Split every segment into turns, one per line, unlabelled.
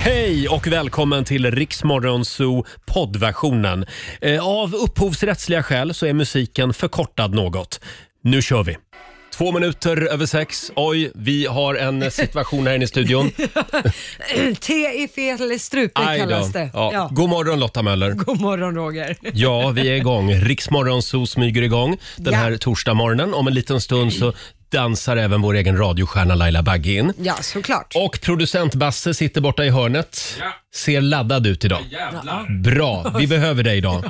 Hej och välkommen till Riksmorgon Zoo poddversionen. Eh, Av upphovsrättsliga skäl så är musiken förkortad något. Nu kör vi! Två minuter över sex. Oj, vi har en situation här inne i studion.
Te i fel strupe
Aj då.
kallas det.
Ja. God morgon Lotta Möller.
God morgon Roger.
Ja, vi är igång. Riksmorgon Zoo smyger igång den
Ja.
här torsdagsmorgonen. Om en liten stund så dansar även vår egen radiostjärna Laila Bagge in.
Ja, såklart.
Och producent Basse sitter borta i hörnet. Ser laddad ut idag. Bra, vi behöver dig idag.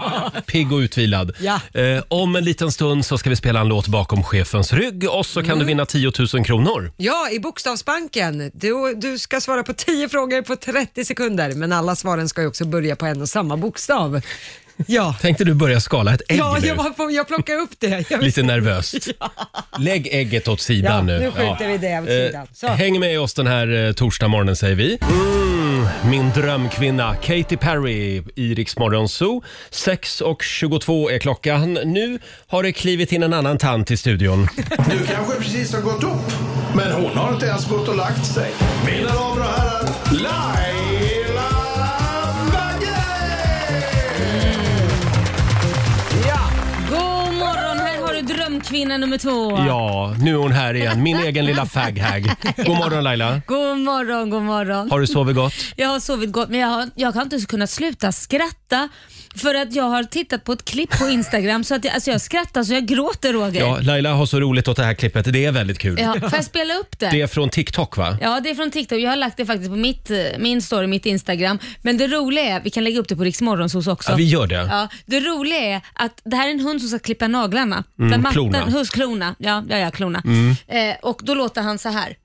Pigg och utvilad.
Ja.
Eh, om en liten stund så ska vi spela en låt bakom chefens rygg och så
Mm.
kan du vinna 10 000 kronor.
Ja, i Bokstavsbanken. Du, du ska svara på 10 frågor på 30 sekunder, men alla svaren ska ju också börja på en och samma bokstav. Ja,
Tänkte du börja skala ett ägg
ja
nu?
jag, var på, jag plockade upp det. Jag,
Lite nervöst. Lägg ägget åt sidan nu.
Ja, nu skjuter vi det åt
Eh,
sidan. Så.
Häng med oss den här eh, torsdagmorgonen säger vi. Mm, min drömkvinna Katy Perry i Rix Morgon Zoo. 6.22 är klockan. Nu har det klivit in en annan tant i studion.
Du kanske precis har gått upp, men hon har inte ens gått och lagt sig. Mina damer och herrar, Laila Bagge!
God morgon, här har du drömkvinna nummer två.
Ja, nu är hon här igen. Min egen lilla faghag. God morgon Laila.
God morgon, god morgon.
Har du sovit gott?
Jag har sovit gott men jag har, jag har inte ens kunnat sluta skratta för att jag har tittat på ett klipp på Instagram så att jag, alltså jag skrattar så jag gråter Roger.
Ja, Laila har så roligt åt det här klippet. Det är väldigt kul.
Ja, får jag spela upp det?
Det är från TikTok va?
Ja, det är från TikTok. Jag har lagt det faktiskt på mitt, eh, min story, mitt Instagram. Men det roliga är, vi kan lägga upp det på Rix Morgonzos också.
Ja, vi gör det.
Ja, det roliga är att det här är en hund som ska klippa naglarna.
Mm,
Där matten-
klorna.
Hus, klona. Ja, ja, ja klona. Eh, och då låter han så här.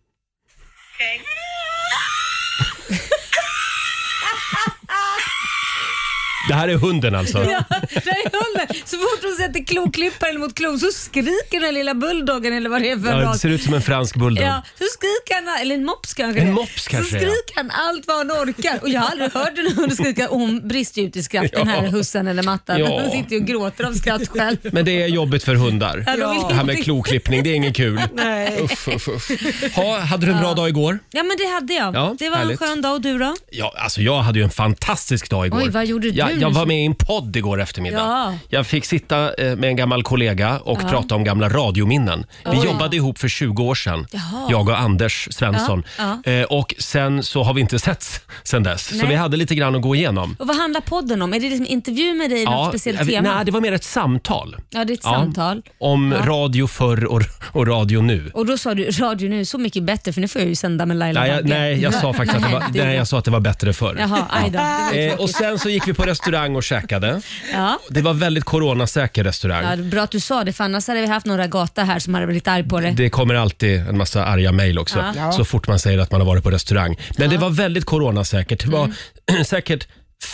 Det här är hunden alltså.
Ja, där är hunden. Så fort hon sätter kloklipparen mot klon så skriker den lilla bulldoggen eller vad det är för
Ja, det
ras.
ser ut som en fransk bulldog.
Ja, så skriker han, eller en mops kanske
En
det är.
mops kanske,
Så
ja.
skriker han allt vad han orkar och jag har aldrig hört en hund skrika och hon brister ju ut i skratt den här
Ja.
hussen eller mattan.
Ja.
Hon sitter ju och gråter av skratt själv.
Men det är jobbigt för hundar.
Ja, de vill
Det här med
inte-
kloklippning, det är inget kul.
nej.
Uff, uff, uff. Ha, hade du en bra dag igår?
Ja men det hade jag.
Ja,
det var
härligt.
en skön dag och du då?
Ja, alltså jag hade ju en fantastisk dag igår.
Oj, vad gjorde du
jag,
nu?
jag var med i en podd igår eftermiddag.
Ja.
Jag fick sitta eh, med en gammal kollega och prata om gamla radiominnen. Vi jobbade ihop för 20 år sedan,
Jaha.
jag och Anders Svensson.
Ja,
Eh, och sen så har vi inte setts sen dess. Så
Nej.
vi hade lite grann att gå igenom.
Och vad handlar podden om? Är det liksom intervju med dig i något speciellt tema?
nej, det var mer ett samtal.
Ja, det är ett samtal.
Om
Ja.
radio förr och, och radio nu.
Och då sa du radio nu är så mycket bättre för nu får jag ju sända med Laila
Nej, jag,
Bagge."
nej, jag sa faktiskt att det var,
det-
nej, jag sa att det var bättre förr.
Jaha, aj då. Det var
Eh,
tråkigt.
och sen så gick vi på restaurang och käkade.
ja.
Det var väldigt coronasäker
Ja,
restaurang.
det är bra att du sa det, för annars hade vi haft några gata här som hade blivit arg på dig.
Det kommer alltid en massa arga mejl också,
Ja.
så fort man säger att man har varit på restaurang. Men det var väldigt coronasäkert. Det var säkert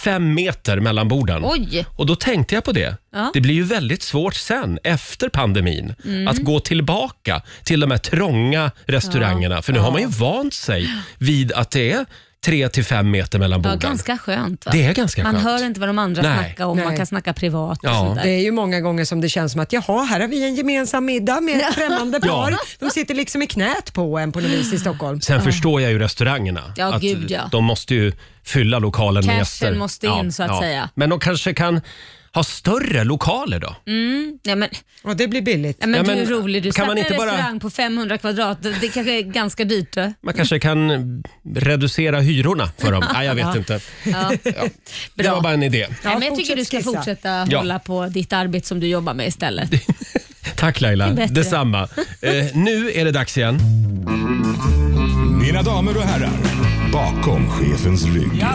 fem meter mellan borden.
Mm. Oj.
Och då tänkte jag på det.
Ja. Mm.
Det blir ju väldigt svårt sen, efter pandemin, att gå tillbaka till de här trånga restaurangerna. För nu har man ju vant sig vid att det är tre till fem meter mellan
Det var
borden.
ganska skönt. Va?
Det är ganska
man
skönt.
hör inte vad de andra
Nej.
snackar om,
Nej.
man kan snacka privat och
Ja.
sådär.
Det är ju många gånger som det känns som att jaha, här har vi en gemensam middag med ett främmande par. De sitter liksom i knät på en på något vis i Stockholm.
Sen förstår jag ju restaurangerna.
Ja, gud, ja.
De måste ju fylla lokalen
Cashen
med gäster.
måste in, så att säga.
Men de kanske kan ha större lokaler då?
Mm. Nej, men,
Och det blir billigt.
nej, men
Ja,
du
men
är rolig, du
kan man
startar en
inte bara-
restaurang på 500 kvadrat. Det det kanske är ganska dyrt. va?
Man kanske kan reducera hyrorna för dem? Nej, jag vet inte.
Ja.
Det var bara en idé.
Nej, men jag tycker
fortsätt
du ska
skissa.
fortsätta
Ja.
hålla på ditt arbete som du jobbar med istället.
Tack Laila,
är bättre.
detsamma. Eh, nu är det dags igen.
Mina damer och herrar, bakom chefens rygg.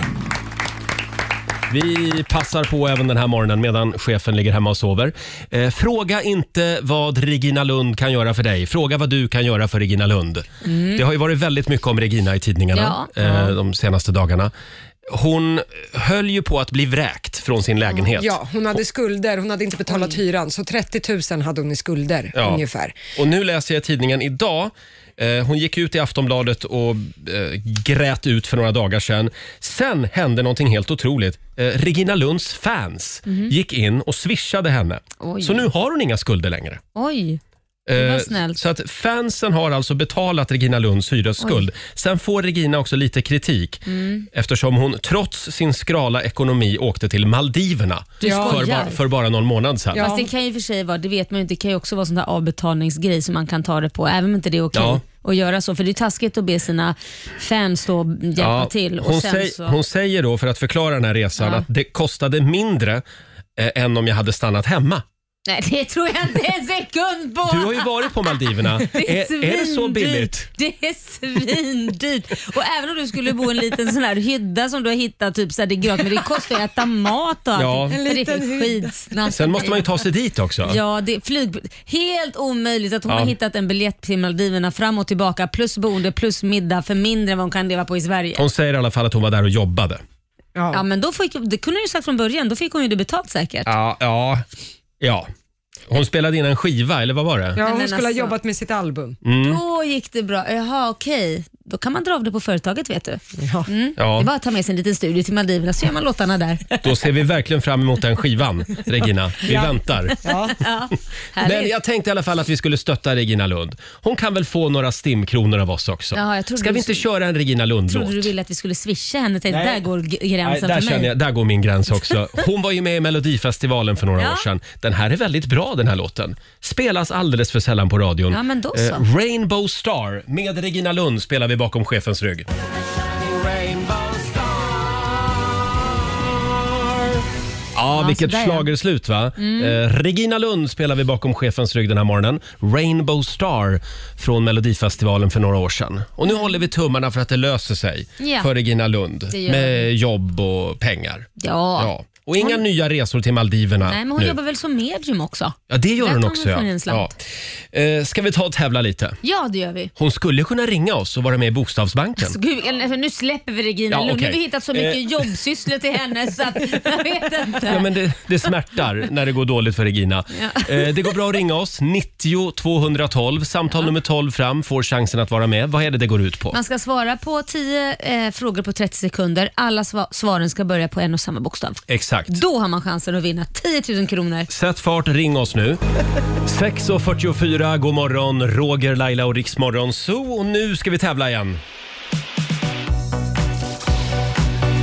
Vi passar på även den här morgonen medan chefen ligger hemma och sover. Eh, fråga inte vad Regina Lund kan göra för dig. Fråga vad du kan göra för Regina Lund. Det har ju varit väldigt mycket om Regina i tidningarna
Mm. Ja.
eh, de senaste dagarna. Hon höll ju på att bli vräkt från sin lägenhet.
Ja, hon hade skulder. Hon hade inte betalat hyran, så 30 000 hade hon i skulder
Mm. Ja.
ungefär.
Och nu läser jag i tidningen idag. Eh, hon gick ut i Aftonbladet och eh, grät ut för några dagar sedan. Sen hände någonting helt otroligt. Eh, Regina Lunds fans gick in och swishade henne.
Mhm. Oj.
Så nu har hon inga skulder längre.
Oj, Det var
Eh,
snällt.
Så att fansen har alltså betalat Regina Lunds hyresskuld. Sen får Regina också lite kritik
Mm.
eftersom hon trots sin skrala ekonomi åkte till Maldiverna
Du
för,
skojar.
ba- för bara någon månad sedan.
Ja.
Fast det kan ju för sig vara, det vet man ju inte, det kan ju också vara sån där avbetalningsgrej som man kan ta det på, även om inte det är okej
Ja.
att göra så. För det är taskigt att be sina fans då hjälpa
Ja,
till. Och
hon,
sen
säg,
så,
hon säger då, för att förklara den här resan,
Ja.
att det kostade mindre eh, än om jag hade stannat hemma.
Nej, det tror jag inte en sekund på!
Du har ju varit på Maldiverna.
Det
är, är det så
svindyrt.
billigt?
Det är svindyrt. Och även om du skulle bo i en liten sån här hydda som du har hittat, typ så här, det är gratis, men det kostar ju att äta mat och
Ja.
allting.
En
Men det är
liten
för
hydda.
skitsnack.
Sen måste man ju ta sig dit också.
Ja, det är flyg... Helt omöjligt att hon
Ja.
har hittat en biljett till Maldiverna fram och tillbaka plus boende plus middag för mindre än vad hon kan leva på i Sverige.
Hon säger i alla fall att hon var där och jobbade.
Ja, men då fick, det kunde hon ju sagt från början. Då fick hon ju det betalt säkert.
Ja, ja, ja. Hon spelade in en skiva, eller vad var det?
Ja,
Men
hon
men
skulle ha
alltså-
jobbat med sitt album.
Mm.
Då gick det bra. Jaha, okej. Då kan man dra av det på företaget vet du. Mm. Det
Ja,
är bara att ta med sig en liten studio till Maldiverna så gör man låtarna där.
då ser vi verkligen fram emot den skivan, Regina. Vi väntar.
Ja.
Ja,
Men
härligt.
jag tänkte i alla fall att vi skulle stötta Regina Lund. Hon kan väl få några stimkronor av oss också?
Ja, jag trodde
Ska vi
du-
inte köra en Regina
Trodde du
Lund-låt?
ville att vi skulle swisha henne? Tänkte,
Nej.
där går g-
Nej,
gränsen
där,
för mig.
känner jag, där går min gräns också. Hon var ju med i Melodifestivalen för några
Ja.
år sedan. Den här är väldigt bra den här låten. Spelas alldeles för sällan på radion. Eh,
Ja, men då så.
Rainbow Star med Regina Lund spelar vi bakom chefens rygg. Ja, vilket
sådär, ja. Mm.
schlagerslut va? Eh, Regina Lund spelar vi bakom chefens rygg den här morgonen. Rainbow Star från Melodifestivalen för några år sedan. Och nu håller vi tummarna för att det löser sig
Ja.
för Regina Lund
Det gör
med jobb och pengar.
Ja.
Ja. Och inga nya resor till Maldiverna
Nej, men hon
nu.
jobbar väl som medium också?
Ja, det gör
Där
hon
tar
också.
man
Ja.
från en
Ja.
slant.
Eh, Ska vi ta och tävla lite?
Ja, det gör vi.
Hon skulle kunna ringa oss och vara med i Bokstavsbanken.
Så gud, eller, för nu släpper vi Regina
Ja,
Lund. Nu
okej. Eh.
har vi hittat så mycket jobbsysslor till henne så att, jag vet inte.
Ja, men det, det smärtar när det går dåligt för Regina. Eh, det går bra att ringa oss, 90 212. Samtal nummer 12 fram får chansen att vara med. Vad är det det går ut på?
Man ska svara på 10 eh, frågor på 30 sekunder. Alla sva- svaren ska börja på en och samma bokstav.
Exakt.
Då har man chansen att vinna 10 000 kronor.
Sätt fart, ring oss nu. 6.44, god morgon, Roger, Laila och Riksmorgon Zoo. Och nu ska vi tävla igen.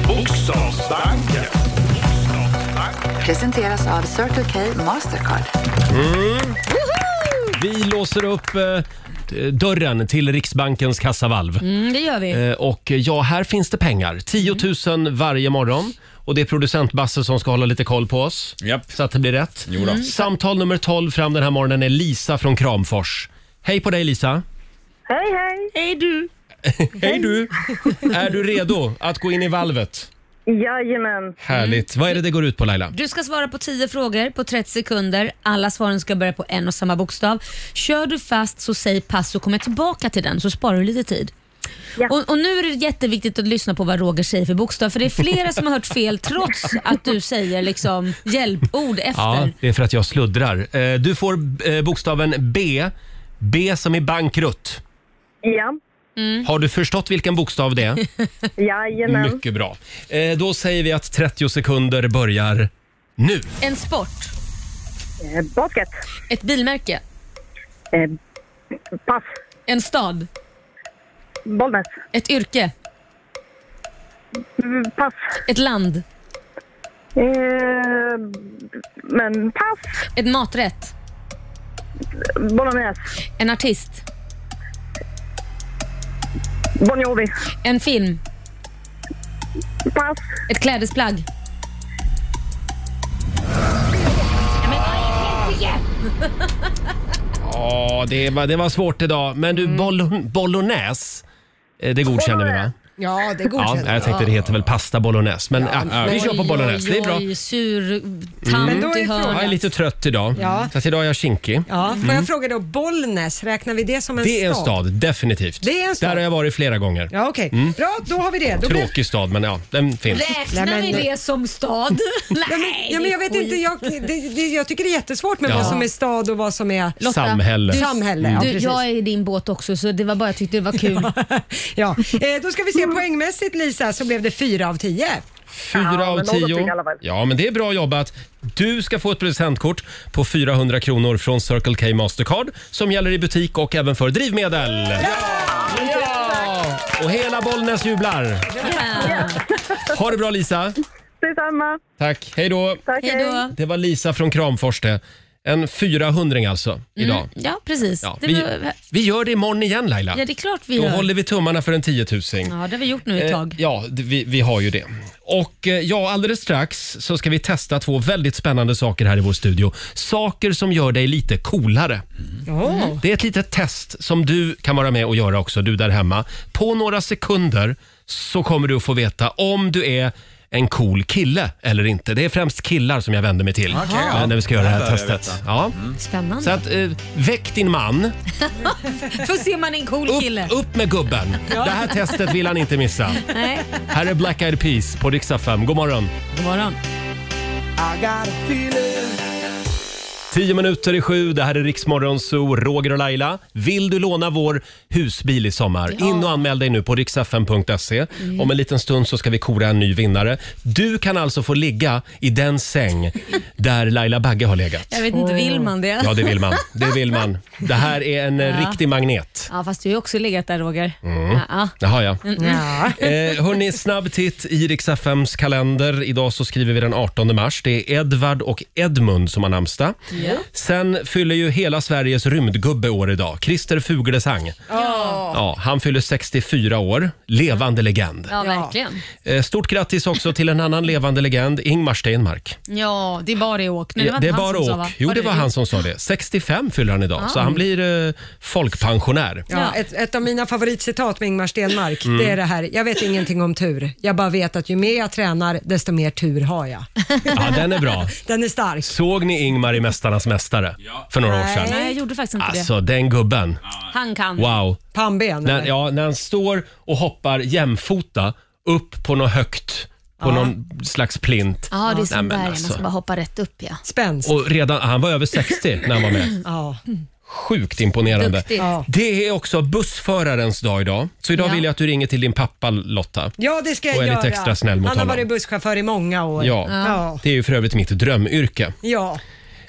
Bokstavsbanken.
Presenteras av Circle K Mastercard.
Vi låser upp eh, dörren till Riksbankens kassavalv.
Mm, det gör vi.
Eh, Och ja, här finns det
Mm.
pengar. 10 000 varje morgon. Och det är producent Basse som ska hålla lite koll på oss.
Japp.
Så att det blir rätt. Mm. Samtal nummer 12 fram den här morgonen är Lisa från Kramfors. Hej på dig Lisa.
Hej, hej!
Hej du.
Hej du. är du redo att gå in i valvet?
Jajamän.
Härligt. Vad är det det går ut på Laila?
Du ska svara på 10 frågor på 30 sekunder. Alla svaren ska börja på en och samma bokstav. Kör du fast så säg pass så kommer jag tillbaka till den så sparar du lite tid.
Ja.
Och, och nu är det jätteviktigt att lyssna på vad Roger säger för bokstav för det är flera som har hört fel trots att du säger liksom hjälpord
Ja,
efter.
det är för att jag sluddrar. Eh, Du får eh, bokstaven B. B som i bankrutt.
Ja.
Har du förstått vilken bokstav det är?
Jajamän.
Mycket bra. Eh, Då säger vi att 30 sekunder börjar nu.
En sport,
Eh, Basket.
ett bilmärke,
Eh, pass.
en stad,
Bollnäs.
ett yrke,
Mm, Pass.
ett land,
Eh, men pass.
ett maträtt,
Bolognese.
en artist,
Bon Jovi.
en film,
Pass.
ett klädesplagg.
Ja, det var, det var svårt idag. Men du, boll, bolognäs, eh, det godkänner vi va?
Ja, det
Ja,
godkänner
jag tänkte det heter väl pasta bolognese. Men ja, vi kör på
Oj,
bolognese, det är bra. Mm.
Oj, oj, sur tant
Men då är
i hörnet.
Jag är lite trött idag,
Ja.
så att idag är jag kinkig.
Ja, får jag fråga då, Bollnäs, räknar vi det som en
Det är en stad, definitivt.
Det är en stad.
Där har jag varit flera gånger.
Ja, okej.
Mm.
Bra, då har vi det. Då blev...
Tråkig stad, men ja, den finns.
Räknar
Nej, men-
vi det som stad? Nej,
Ja, men jag vet
det är
inte,
skit.
jag, det, det, jag tycker det är jättesvårt med
Ja.
vad som är stad och vad som är...
Lotta,
Samhälle.
du-
Samhälle, ja,
du,
precis.
Jag är i din båt också så det var bara jag tyckte det var kul. Mm.
Ja, eh, då ska vi se poängmässigt Lisa så blev det fyra av tio.
Fyra
Ja,
av
men någonting
tio.
i alla fall.
Ja, men det är bra jobbat. Du ska få ett presentkort på 400 kronor från Circle K Mastercard som gäller i butik och även för drivmedel. Ja! Och hela Bollnäs jublar. Ha det bra Lisa.
Detsamma.
Tack. Hej då.
Tack,
Hej då.
Det var Lisa från Kramfors det. En 400 alltså idag.
Ja, precis.
Ja,
det
vi,
var,
vi gör det imorgon igen Laila.
ja, det är klart vi
Då
gör.
håller vi tummarna för en tiotusing.
Ja, det har vi gjort nu ett
Eh,
tag.
Ja, d- vi, vi har ju det. Och eh, ja, alldeles strax så ska vi testa två väldigt spännande saker här i vår studio. Saker som gör dig lite coolare. Det är ett litet test som du kan vara med och göra också, du där hemma. På några sekunder så kommer du att få veta om du är en cool kille eller inte. Det är främst killar som jag vänder mig till
Okej, ja.
eh, när vi ska göra det
Det
här
här bör jag
testet.
veta. Mm.
Ja. Så
Spännande.
att, eh, väck din man.
Får se om man är en cool kille.
Upp, upp med gubben. Det här testet vill han inte missa.
Nej.
Här är Black Eyed Peas på Riksa 5. God morgon.
God morgon.
Tio minuter i sju, det här är Riksmorgon Zoo, Roger och Laila. Vill du låna vår husbil i sommar? In och anmäl dig nu på riksfn.se. Om en liten stund så ska vi kora en ny vinnare. Du kan alltså få ligga i den säng där Laila Bagge har legat.
Jag vet inte, vill man det?
Ja,
Ja,
det vill man. Det vill man. Det här är en eh, riktig magnet.
fast du har ju också legat där Roger. Ja, ja.
Jaha, Mm. ja.
Mm,
Ja.
Eh, hörni, snabb titt i Rix FMs kalender. Idag så skriver vi den 18 mars. Det är Edvard och Edmund som har namnsdag. Sen fyller ju hela Sveriges rymdgubbe år idag. Christer Fuglesang. Ja, han fyller 64 år. Levande legend.
ja, verkligen.
Eh, stort grattis också till en annan levande legend, Ingmar Stenmark.
Ja, det är bara i åk. Nej, det var Ah.
det är
inte han
bara
som sa,
åk.
va?
Jo, det var han som sa det. 65 fyller han idag, så han blir eh, folkpensionär.
Ja, ett, ett av mina favoritcitat med Ingmar Stenmark,
Mm.
det är det här, jag vet ingenting om tur, jag bara vet att ju mer jag tränar, desto mer tur har jag.
Ja, den är bra.
Den är stark.
Såg ni Ingmar i Mästarnas mästare för några år sedan?
Nej, jag gjorde faktiskt inte
Alltså den gubben.
det. Han kan.
Wow.
Pannben.
När,
eller?
ja, när han står och hoppar jämfota upp på något högt, på någon slags plint.
Ja, det är
Nej,
som
men
där man
alltså.
ska bara hoppa rätt upp ja.
Spänst.
Och redan, han var över 60 när han var med.
Ja.
Sjukt imponerande.
Duktigt.
Ja.
Det är också bussförarens dag idag. Så idag
Ja.
vill jag att du ringer till din pappa Lotta.
ja, det ska jag
Och är
göra.
lite extra snäll mot
Han har
honom.
varit busschaufför i många år.
Ja.
Ja.
Det är ju för övrigt mitt drömyrke.
ja.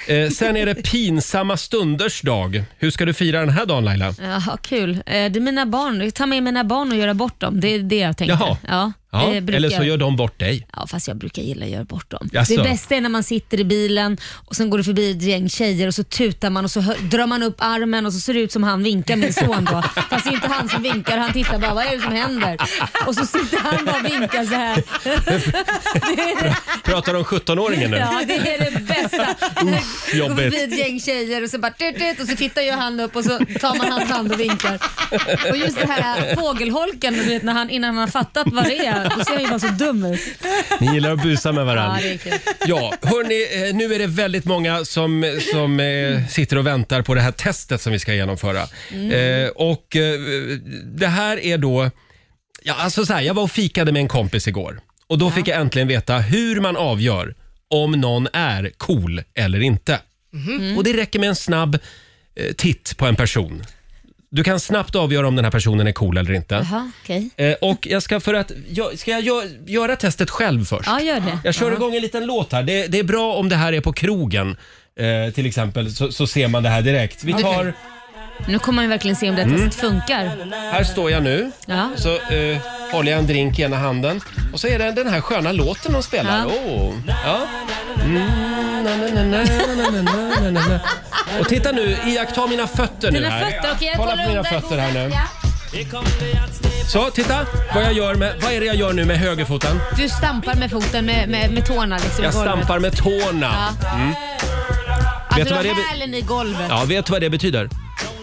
Eh, sen är det pinsamma stunders dag. Hur ska du fira den här dagen Laila?
Jaha, kul. Eh, Det är mina barn. Ta med mina barn och göra bort dem. Det är det jag tänkte.
Jaha.
Ja,
Ja,
det Eh, brukar
eller så
jag.
gör de bort dig.
Ja, fast jag brukar gilla att göra bort dem.
Jaså?
Det bästa är när man sitter i bilen och sen går det förbi ett gäng tjejer och så tutar man och så hö- drar man upp armen och så ser det ut som han vinkar min son då. Fast det är inte han som vinkar, han tittar bara vad är det som händer? Och så sitter han bara och vinkar så här.
Pratar om 17-åringen nu?
Ja, det är det bästa. Går
jobbigt.
förbi ett gäng tjejer och så bara tut, tut, och så tittar ju han upp och så tar man hans hand och vinkar. Och just det här fågelholken, du vet, när han, innan han har fattat vad det är, då ser han ju bara så dum ut.
Ni gillar att busa med
Ja,
varandra.
det är kul.
Ja, hörni, eh, nu är det väldigt många som, som eh, sitter och väntar på det här testet som vi ska genomföra.
Mm.
Eh, och eh, det här är då, ja, alltså så här, jag var och fikade med en kompis igår och då fick jag äntligen veta hur man avgör om någon är cool eller inte.
Mhm.
Och det räcker med en snabb eh, titt på en person. Du kan snabbt avgöra om den här personen är cool eller inte.
Jaha, okej.
Eh, och jag ska, för att, jag, ska jag gö- göra testet själv först?
Ja, gör det.
Jag kör igång en liten låt här. Det, det är bra om det här är på krogen. Eh, till exempel så, så ser man det här direkt. Vi tar,
Nu kommer man ju verkligen se om det här
Mm.
testet funkar.
här står jag nu.
Ja.
Så eh, håller jag en drink i ena handen. Och så är det den här sköna låten de spelar.
Ja.
Åh. Ja. Mm, na, na, na, na, na, na, na, na, na. Och titta nu, iaktta mina fötter nu
Dina
här.
fötter, okej jag
Kolla
kollar
på mina
undan.
fötter här nu. Så, titta vad jag gör med, vad är det jag gör nu med högerfoten?
Du stampar med foten, med, med, med tårna liksom i
Jag
golvet.
stampar med tårna. Vet
Att du
du vad
har
det be-
hälen i golvet.
Ja, vet du vad det betyder?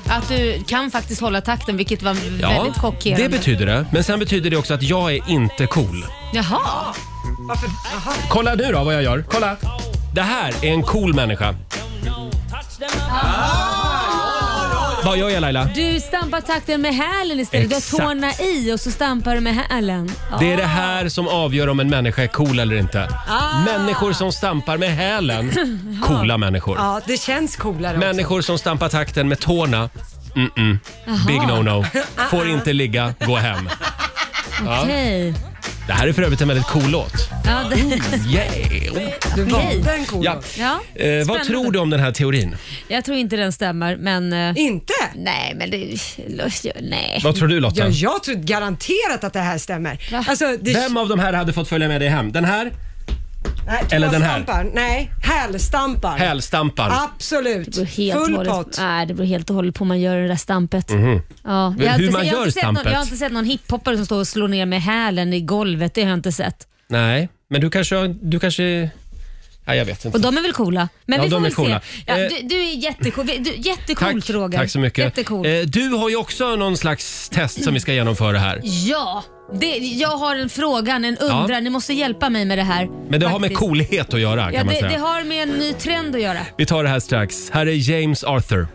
Att du kan faktiskt hålla takten, vilket var väldigt chockerande.
det betyder det. Men sen betyder det också att jag är inte cool.
Jaha,
Kolla nu då vad jag gör. Kolla! Det här är en cool människa. Vad gör jag Laila?
du stampar takten med hälen istället.
Exakt.
Du har tårna i och så stampar du med hälen. Ja.
Det är det här som avgör om en människa är cool eller inte. Människor som stampar med hälen, coola människor.
ja, Ah. det känns coolare också.
Människor som stampar takten med tårna, mm-mm. Big no-no. Får inte ligga, gå hem.
Okej.
Det här är för övrigt en väldigt cool låt.
Ja, det,
Yeah.
Du
Okej.
valde en ko.
Ja.
då.
ja.
Oh. Eh, vad
Spännande.
tror du om den här teorin?
Jag tror inte den stämmer, men... eh,
Inte?
Nej, men det... Nej.
Vad tror du
Ja,
Lotta?
jag tror garanterat att det här stämmer.
Va?
Alltså, det,
Vem av de här hade fått följa med dig hem? Den här
nej,
eller den här?
tåstampar. Nej, hälstampar.
hälstampan.
Absolut.
Det beror helt och
Full
hållet-
pott.
Nej, det beror helt och hållet på hur man gör det där stampet. Ja, jag har
Mhm. Hur
inte
man
se- jag har
gör
inte sett någon-
stampet?
Jag har inte sett någon hiphoppare som står och slår ner med hälen i golvet. Det har jag inte sett.
Nej, men du kanske... har- Du kanske... Nej, jag vet inte.
Och de är väl coola? Men
Ja,
vi får
de är
väl
coola.
se. Ja,
Eh,
du, du är jättecool. Vi- Du, jättecool
Tack,
Roger.
tack så mycket.
Jättecool.
Eh, du har ju också någon slags test som vi ska genomföra här.
Ja, det, jag har en fråga, en undran.
Ja.
Ni måste hjälpa mig med det här.
Men det har med
Faktiskt.
coolhet att göra kan
Ja,
man
det,
säga.
det har med en ny trend att göra.
Vi tar det här strax. Här är James Arthur.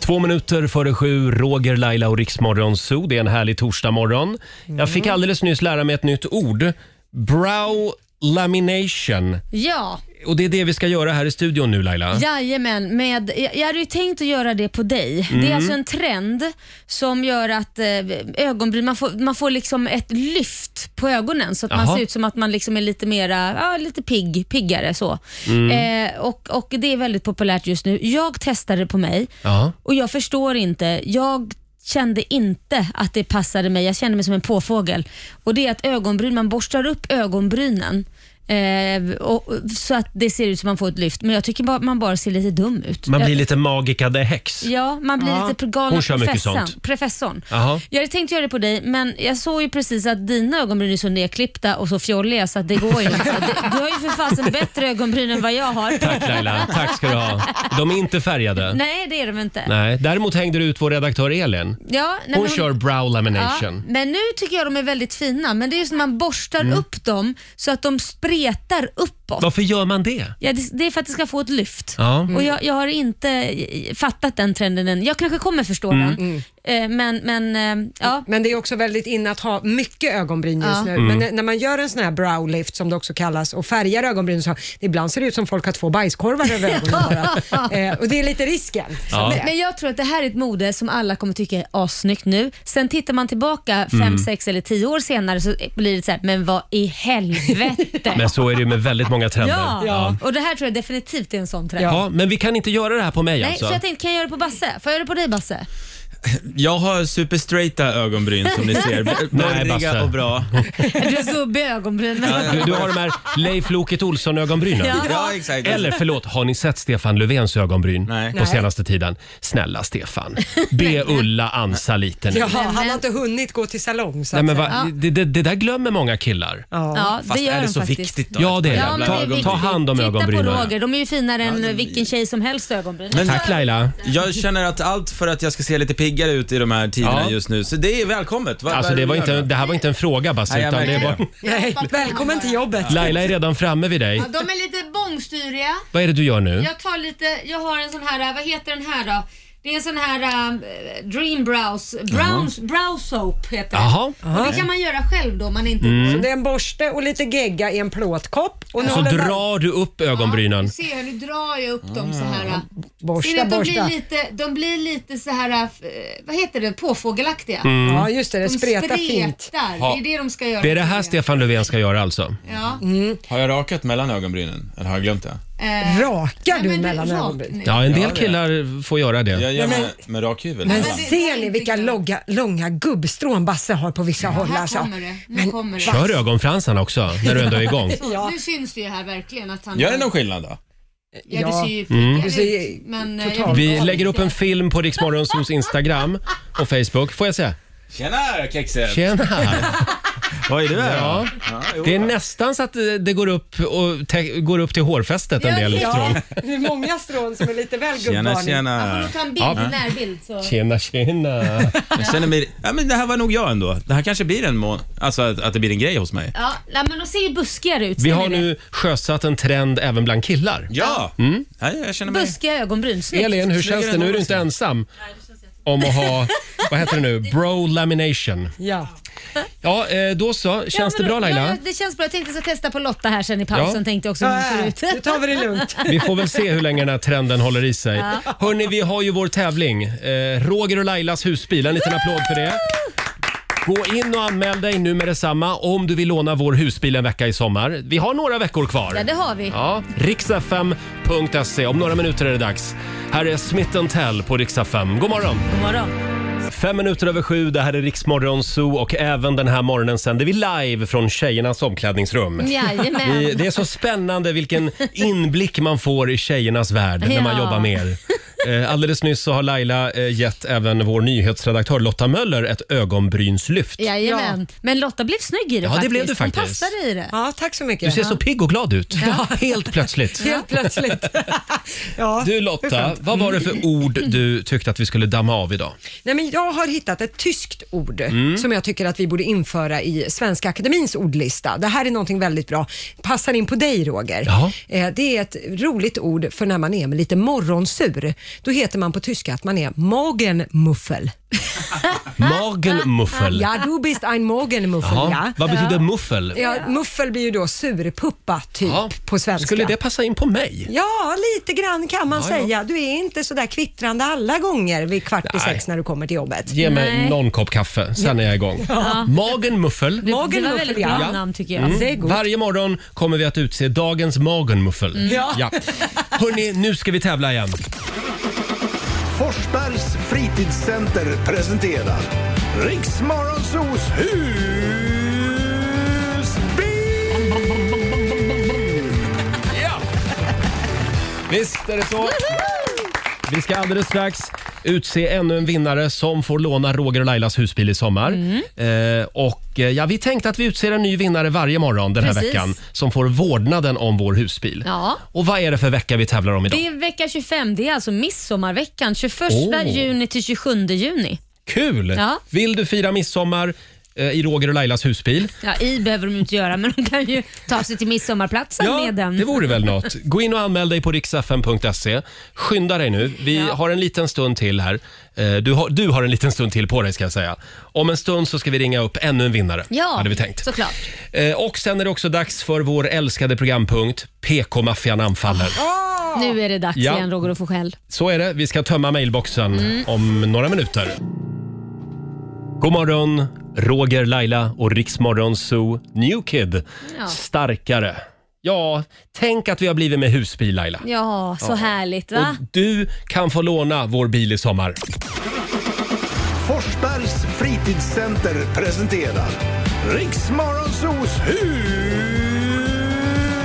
Två minuter före sju, Roger, Laila och Riksmorgon Zoo. Det är en härlig torsdagmorgon. Jag fick
Mm.
alldeles nyss lära mig ett nytt ord. Brow lamination.
Ja,
Och det är det vi ska göra här i studion nu Laila.
Jajamän, med, jag- jag hade ju tänkt att göra det på dig. Det
Mm.
är alltså en trend som gör att eh, ögonbryn, man får, man får liksom ett lyft på ögonen så att
Jaha.
man ser ut som att man liksom är lite mera, ja, lite pigg, piggare så.
Mm.
Eh, och, och det är väldigt populärt just nu. Jag testade det på mig
Ja.
och jag förstår inte. Jag kände inte att det passade mig. Jag kände mig som en påfågel. Och det är att ögonbryn, man borstar upp ögonbrynen eh, och, och- så att det ser ut som man får ett lyft. Men jag tycker bara, man bara ser lite dum ut.
Man
Jag-
blir lite magica de häx.
Ja, man blir lite galna
Hon kör mycket
professorn.
sånt.
professorn.
Jaha.
Jag hade tänkt göra det på dig, men jag såg ju precis att dina ögonbryn är så nedklippta och så fjolliga så att det går ju inte. Du- Du har ju för fasen bättre ögonbryn än vad jag har.
Tack Laila, tack ska du ha. De är inte färgade.
Nej, det är de inte.
Nej. Däremot hängde du ut vår redaktör Elin.
Ja, nej, men
Hon kör brow lamination.
Ja, men nu tycker jag de är väldigt fina. Men det är just när man borstar
Mm.
upp dem så att de spretar uppåt.
Varför gör man det?
Ja, det, det är för att det ska få ett lyft.
Ja.
Och jag, jag har inte eh, fattat den trenden än. Jag kanske kommer förstå
Mm.
den. Eh, Men, men eh, ja.
Men det är också väldigt inne att ha mycket ögonbryn just
Ja.
nu.
Mm.
Men när- när man gör en sån här brow lift som det också kallas och färgar ögonbryn så ibland ser det ut som folk har två bajskorvar över ögonen bara. eh, Och det är lite risken.
Ja.
Men, men jag tror att det här är ett mode som alla kommer tycka är assnyggt nu. Sen tittar man tillbaka fem,
Mm.
sex eller tio år senare så blir det så här, men vad i helvete?
Men så är det ju med väldigt många trender.
ja. och det här tror jag definitivt är en sån trend.
Ja, men vi kan inte göra det här på mig
Nej,
alltså.
så jag tänkte, kan jag göra det på Basse? Får jag göra det på dig Basse?
Jag har superstraighta ögonbryn som ni ser. B-
Nej, Basse.
Borriga och bra.
Du har gubbiga ögonbryn. men-
Du, du har de här Leif Loket Olsson-ögonbrynen.
Ja.
Ja, exakt.
Eller förlåt, har ni sett Stefan Löfvens ögonbryn
Nej.
på
Nej.
senaste tiden? Snälla Stefan, be Ulla ansa lite nu.
Ja, han har inte hunnit gå till salong så
Nej,
att
men
säga.
va, det, det, det där glömmer många killar.
Ja,
Fast
det gör
är det
de
så
faktiskt.
viktigt då?
Ja, det är
Ja,
det.
men det är
Ta,
viktigt.
ta hand om
Titta
ögonbrynen.
på Roger, de är ju finare än vilken tjej som helst ögonbryn.
Men-
Tack Laila.
Jag känner att allt för att jag ska se lite piggare ut i de här tiderna
Ja.
just nu, så det är välkommet. Vad-
Alltså,
vad
det,
är
var
vi gör
inte,
då?
det här var inte en fråga Basse,
Nej, jag
utan det är
märker
bara...
Nej, välkommen till jobbet.
Laila är redan framme vid dig.
Ja, de är lite bångstyriga.
Vad är det du gör nu?
Jag tar lite, jag har en sån här, vad heter den här då? Det är en sån här um, Dream Brows, Browns, Brow Soap heter det.
Jaha.
Och det kan man göra själv då om man inte...
Så det är en borste och lite gegga i en plåtkopp. Och nu
Så
håller den-
drar du upp ögonbrynen.
Du ser här, nu drar jag upp dem så här. Ser ni
Borsta,
att de blir
borsta.
lite, de blir lite så här, eh, vad heter det, påfågelaktiga.
Ja, just det. Det
De
spretar fint.
Det är det de ska göra.
Det är det här Stefan Löfven ska göra alltså.
Ja.
Mm.
Har jag rakat mellan ögonbrynen? Eller har jag glömt det?
Eh,
Rakar
nej,
du
men
mellan
rak
ögonbrynen?
nu.
Ja, en
Ja,
del
det-
killar får göra det.
Jag gör med, med rakhyvel.
Men
ibland.
ser ni vilka långa, långa gubbstrån Basse har på vissa håll
Här
alltså?
kommer det. Nu
Men
kommer det.
Kör ögonfransarna också när du ändå är igång.
Så,
Ja.
Nu syns det ju här verkligen att han...
Gör det någon skillnad då?
Ja, du ser ju
Du
prickad
ser ju
ut. Men, eh,
totalt-
jag-
Vi lägger upp en film på Riksmorgonsos Instagram och Facebook. Får jag se?
Tjena kexet!
Tjena!
Vad är du här
Ja.
Ja, jo.
Det är nästan så att det det går upp, och te- går upp till hårfästet en
Ja,
del
ja.
strån.
Ja, det är många strån som är lite väl
Tjena,
gubbvarning.
tjena.
Får du ta en bild,
Ja.
en närbild så...
Tjena, tjena.
Jag känner mig... Ja, men det här var nog jag ändå. Det här kanske blir en må... Alltså att, att det blir en grej hos mig.
Ja, nej, men de ser ju buskigare ut.
Vi
ser
har
ni det?
nu sjösatt en trend även bland killar.
Ja! ja jag känner mig...
Buskiga ögonbryn, snyggt.
Elin, hur känns det? Nu är du inte ensam om att ha, vad heter det nu, bro lamination.
Ja.
Ja, eh, då så.
Ja,
Känns
men
det bra
då- Ja,
Laila?
det känns bra. Jag tänkte jag ska testa på Lotta här sen i pausen.
Ja.
Tänkte jag också hur hon ser
Nej,
ut.
nu tar vi det lugnt.
Vi får väl se hur länge den här trenden håller i sig. Hörni, vi har ju vår tävling. Eh, Roger och Lailas husbil. En liten applåd för det. Gå in och anmäl dig nu med detsamma om du vill låna vår husbil en vecka i sommar. Vi har några veckor kvar.
Ja, det har vi.
Ja, riksfm.se. E. Om några minuter är det dags. Här är Smith Tell på Riksa 5. God morgon!
God morgon.
Mm, Fem minuter över sju, det här är Riksmorgon Zoo och även den här morgonen sänder vi live från tjejernas omklädningsrum.
Jajamän.
Ehm.
Vi, det är så spännande vilken inblick man får i tjejernas värld när man
Ja.
jobbar med er. Eh, Alldeles nyss så har Laila eh, gett även vår nyhetsredaktör Lotta Möller ett ögonbrynslyft.
Jajamän. Men Lotta blev snygg i det
Ja, det
faktiskt.
blev du
Hon
faktiskt.
passade i det.
Ja, tack så mycket.
Du ser så pigg och glad ut. Helt plötsligt.
Helt plötsligt. ja.
Du Lotta, vad var det för ord du tyckte att vi skulle damma av idag?
Nej, men jag har hittat ett tyskt ord
Mm.
som jag tycker att vi borde införa i Svenska Akademins ordlista. Det här är någonting väldigt bra. Passar in på dig Roger.
Jaha.
Eh, Det är ett roligt ord för när man är med lite morgonsur. Då heter man på tyska att man är Morgenmuffel.
Magenmuffel.
Ja, du bist ein Morgenmuffel,
Jaha,
ja.
vad betyder muffel?
ja. Muffel blir ju då surpuppa typ
Ja.
på svenska.
Skulle det passa in på mig?
Ja, lite grann kan man
Ja, ja.
säga. Du är inte så där kvittrande alla gånger vid kvart i
Nej.
sex när du kommer till jobbet.
Ge mig
Nej.
någon kopp kaffe, sen är jag igång. Magenmuffel.
Det, det
Magen
var
muffel,
väldigt bra
ja. Mm.
namn tycker jag.
Varje morgon kommer vi att utse dagens magenmuffel.
Mm.
Ja. Hörni, nu ska vi tävla igen.
Forsbergs fritidscenter presenterar Riksmorgonsos husbil.
Visst är det så. Vi ska alldeles strax utse ännu en vinnare som får låna Roger och Lailas husbil i sommar.
Mm.
Eh, och eh, ja, vi tänkte att vi utser en ny vinnare varje morgon den här
Precis.
veckan som får vårdnaden om vår husbil.
Ja.
Och vad är det för vecka vi tävlar om idag?
Det är vecka 25, det är alltså midsommarveckan. 21
Åh.
juni till 27 juni.
Kul!
Ja.
Vill du fira midsommar eh, i Roger och Lailas husbil?
Ja, I behöver de inte göra, men de kan ju ta sig till midsommarplatsen med den.
det vore väl något. Gå in och anmäl dig på riksfn.se. Skynda dig nu. Vi har en liten stund till här. Eh, Du har, du har en liten stund till på dig ska jag säga. Om en stund så ska vi ringa upp ännu en vinnare.
Ja,
hade vi tänkt.
såklart.
Eh, Och sen är det också dags för vår älskade programpunkt PK-maffian anfaller.
Nu är det dags
Ja.
igen Roger att få skäll.
Så är det. Vi ska tömma mailboxen om några minuter. God morgon, Roger, Laila och Riksmorgon Zoo. New Kid.
Ja.
Starkare. Ja, tänk att vi har blivit med husbil, Laila.
Ja, så härligt va?
Och du kan få låna vår bil i sommar.
Forsbergs fritidscenter presenterar Riksmorgonsos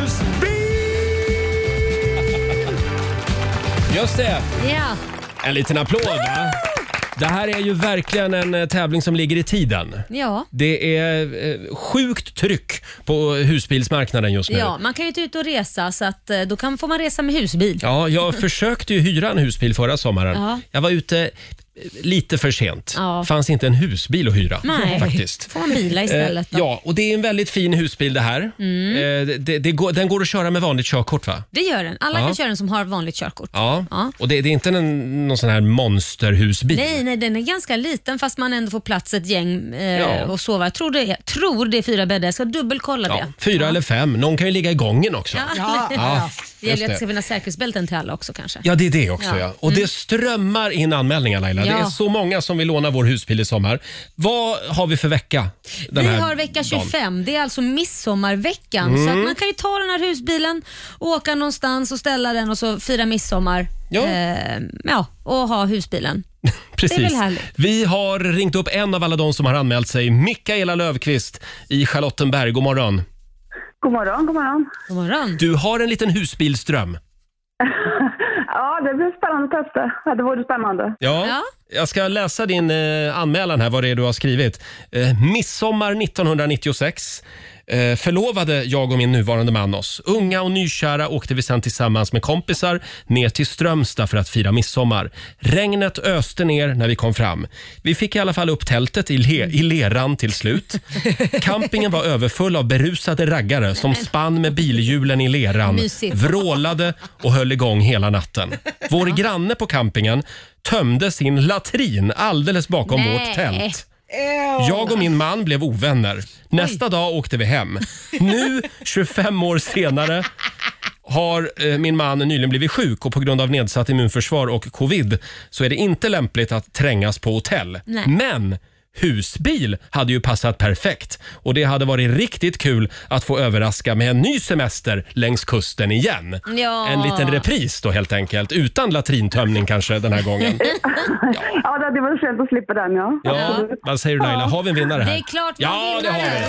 husbil.
Just det!
Ja.
En liten applåd, va? Det här är ju verkligen en eh, tävling som ligger i tiden.
Ja.
Det är eh, sjukt tryck på husbilsmarknaden just nu.
ja, man kan ju inte ut och resa så att, eh, då kan, får man resa med husbil.
Ja, jag försökte ju hyra en husbil förra sommaren.
Ja.
Jag var ute eh, lite för sent.
Ja.
fanns inte en husbil att hyra
Nej.
faktiskt.
får man bila istället.
Eh,
då. Mm.
ja, och det är en väldigt fin husbil det här. Eh, det, det, det går, den går att köra med vanligt körkort va?
Det gör den. Alla
Ja.
kan köra den som har vanligt körkort.
Ja.
Ja.
Och det, det är inte en, någon sån här monsterhusbil?
Nej, nej, den är ganska liten fast man ändå får plats ett gäng eh,
Ja.
och sova. Jag tror det, är, tror det är fyra bäddar. Jag ska dubbelkolla
Ja,
det.
fyra eller fem. Någon kan ju ligga i gången också.
Ja.
Ja,
det gäller
just
att det
det.
ska finnas säkerhetsbälten till alla också kanske.
Ja, det är det också. Ja.
Ja. Mm.
Och det strömmar in anmälningar Laila. Det
Ja.
är så många som vill låna vår husbil i sommar. Vad har vi för vecka? den
Vi
här
har vecka
dagen? Mm.
25, det är alltså midsommarveckan. Så att man kan ju ta den här husbilen, åka någonstans och ställa den och så fira midsommar.
Ja.
Eh, ja, och ha husbilen.
Precis.
Det är väl härligt.
Vi har ringt upp en av alla de som har anmält sig, Mikaela Löfqvist i Charlottenberg. God morgon.
God morgon, god morgon.
God morgon.
Du har en liten husbilsdröm.
Ja, det blir spännande att testa. Ja, det vore spännande.
Ja.
Ja.
Jag ska läsa din eh, anmälan här, vad det är du har skrivit. Eh, midsommar 1996 eh, förlovade jag och min nuvarande man oss. Unga och nykära åkte vi sen tillsammans med kompisar ner till Strömstad för att fira midsommar. Regnet öste ner när vi kom fram. Vi fick i alla fall upp tältet i, le- i leran till slut. Campingen var överfull av berusade raggare som spann med bilhjulen i leran,
Mysigt.
vrålade och höll igång hela natten. Vår granne på campingen tömde sin latrin alldeles bakom
Nej.
vårt tält. Jag och min man blev ovänner. Nästa dag åkte vi hem. Nu, 25 år senare, har eh, min man nyligen blivit sjuk och på grund av nedsatt immunförsvar och covid så är det inte lämpligt att trängas på hotell.
Nej.
Men husbil hade ju passat perfekt. Och det hade varit riktigt kul att få överraska med en ny semester längs kusten igen.
Ja.
En liten repris då helt enkelt. Utan latrintömning kanske den här gången.
Ja, det hade varit skönt att slippa den ja. Åh,
Ja, vad säger du Laila? Har vi en vinnare här?
Det är klart vi har en
Ja, det har
vinnare.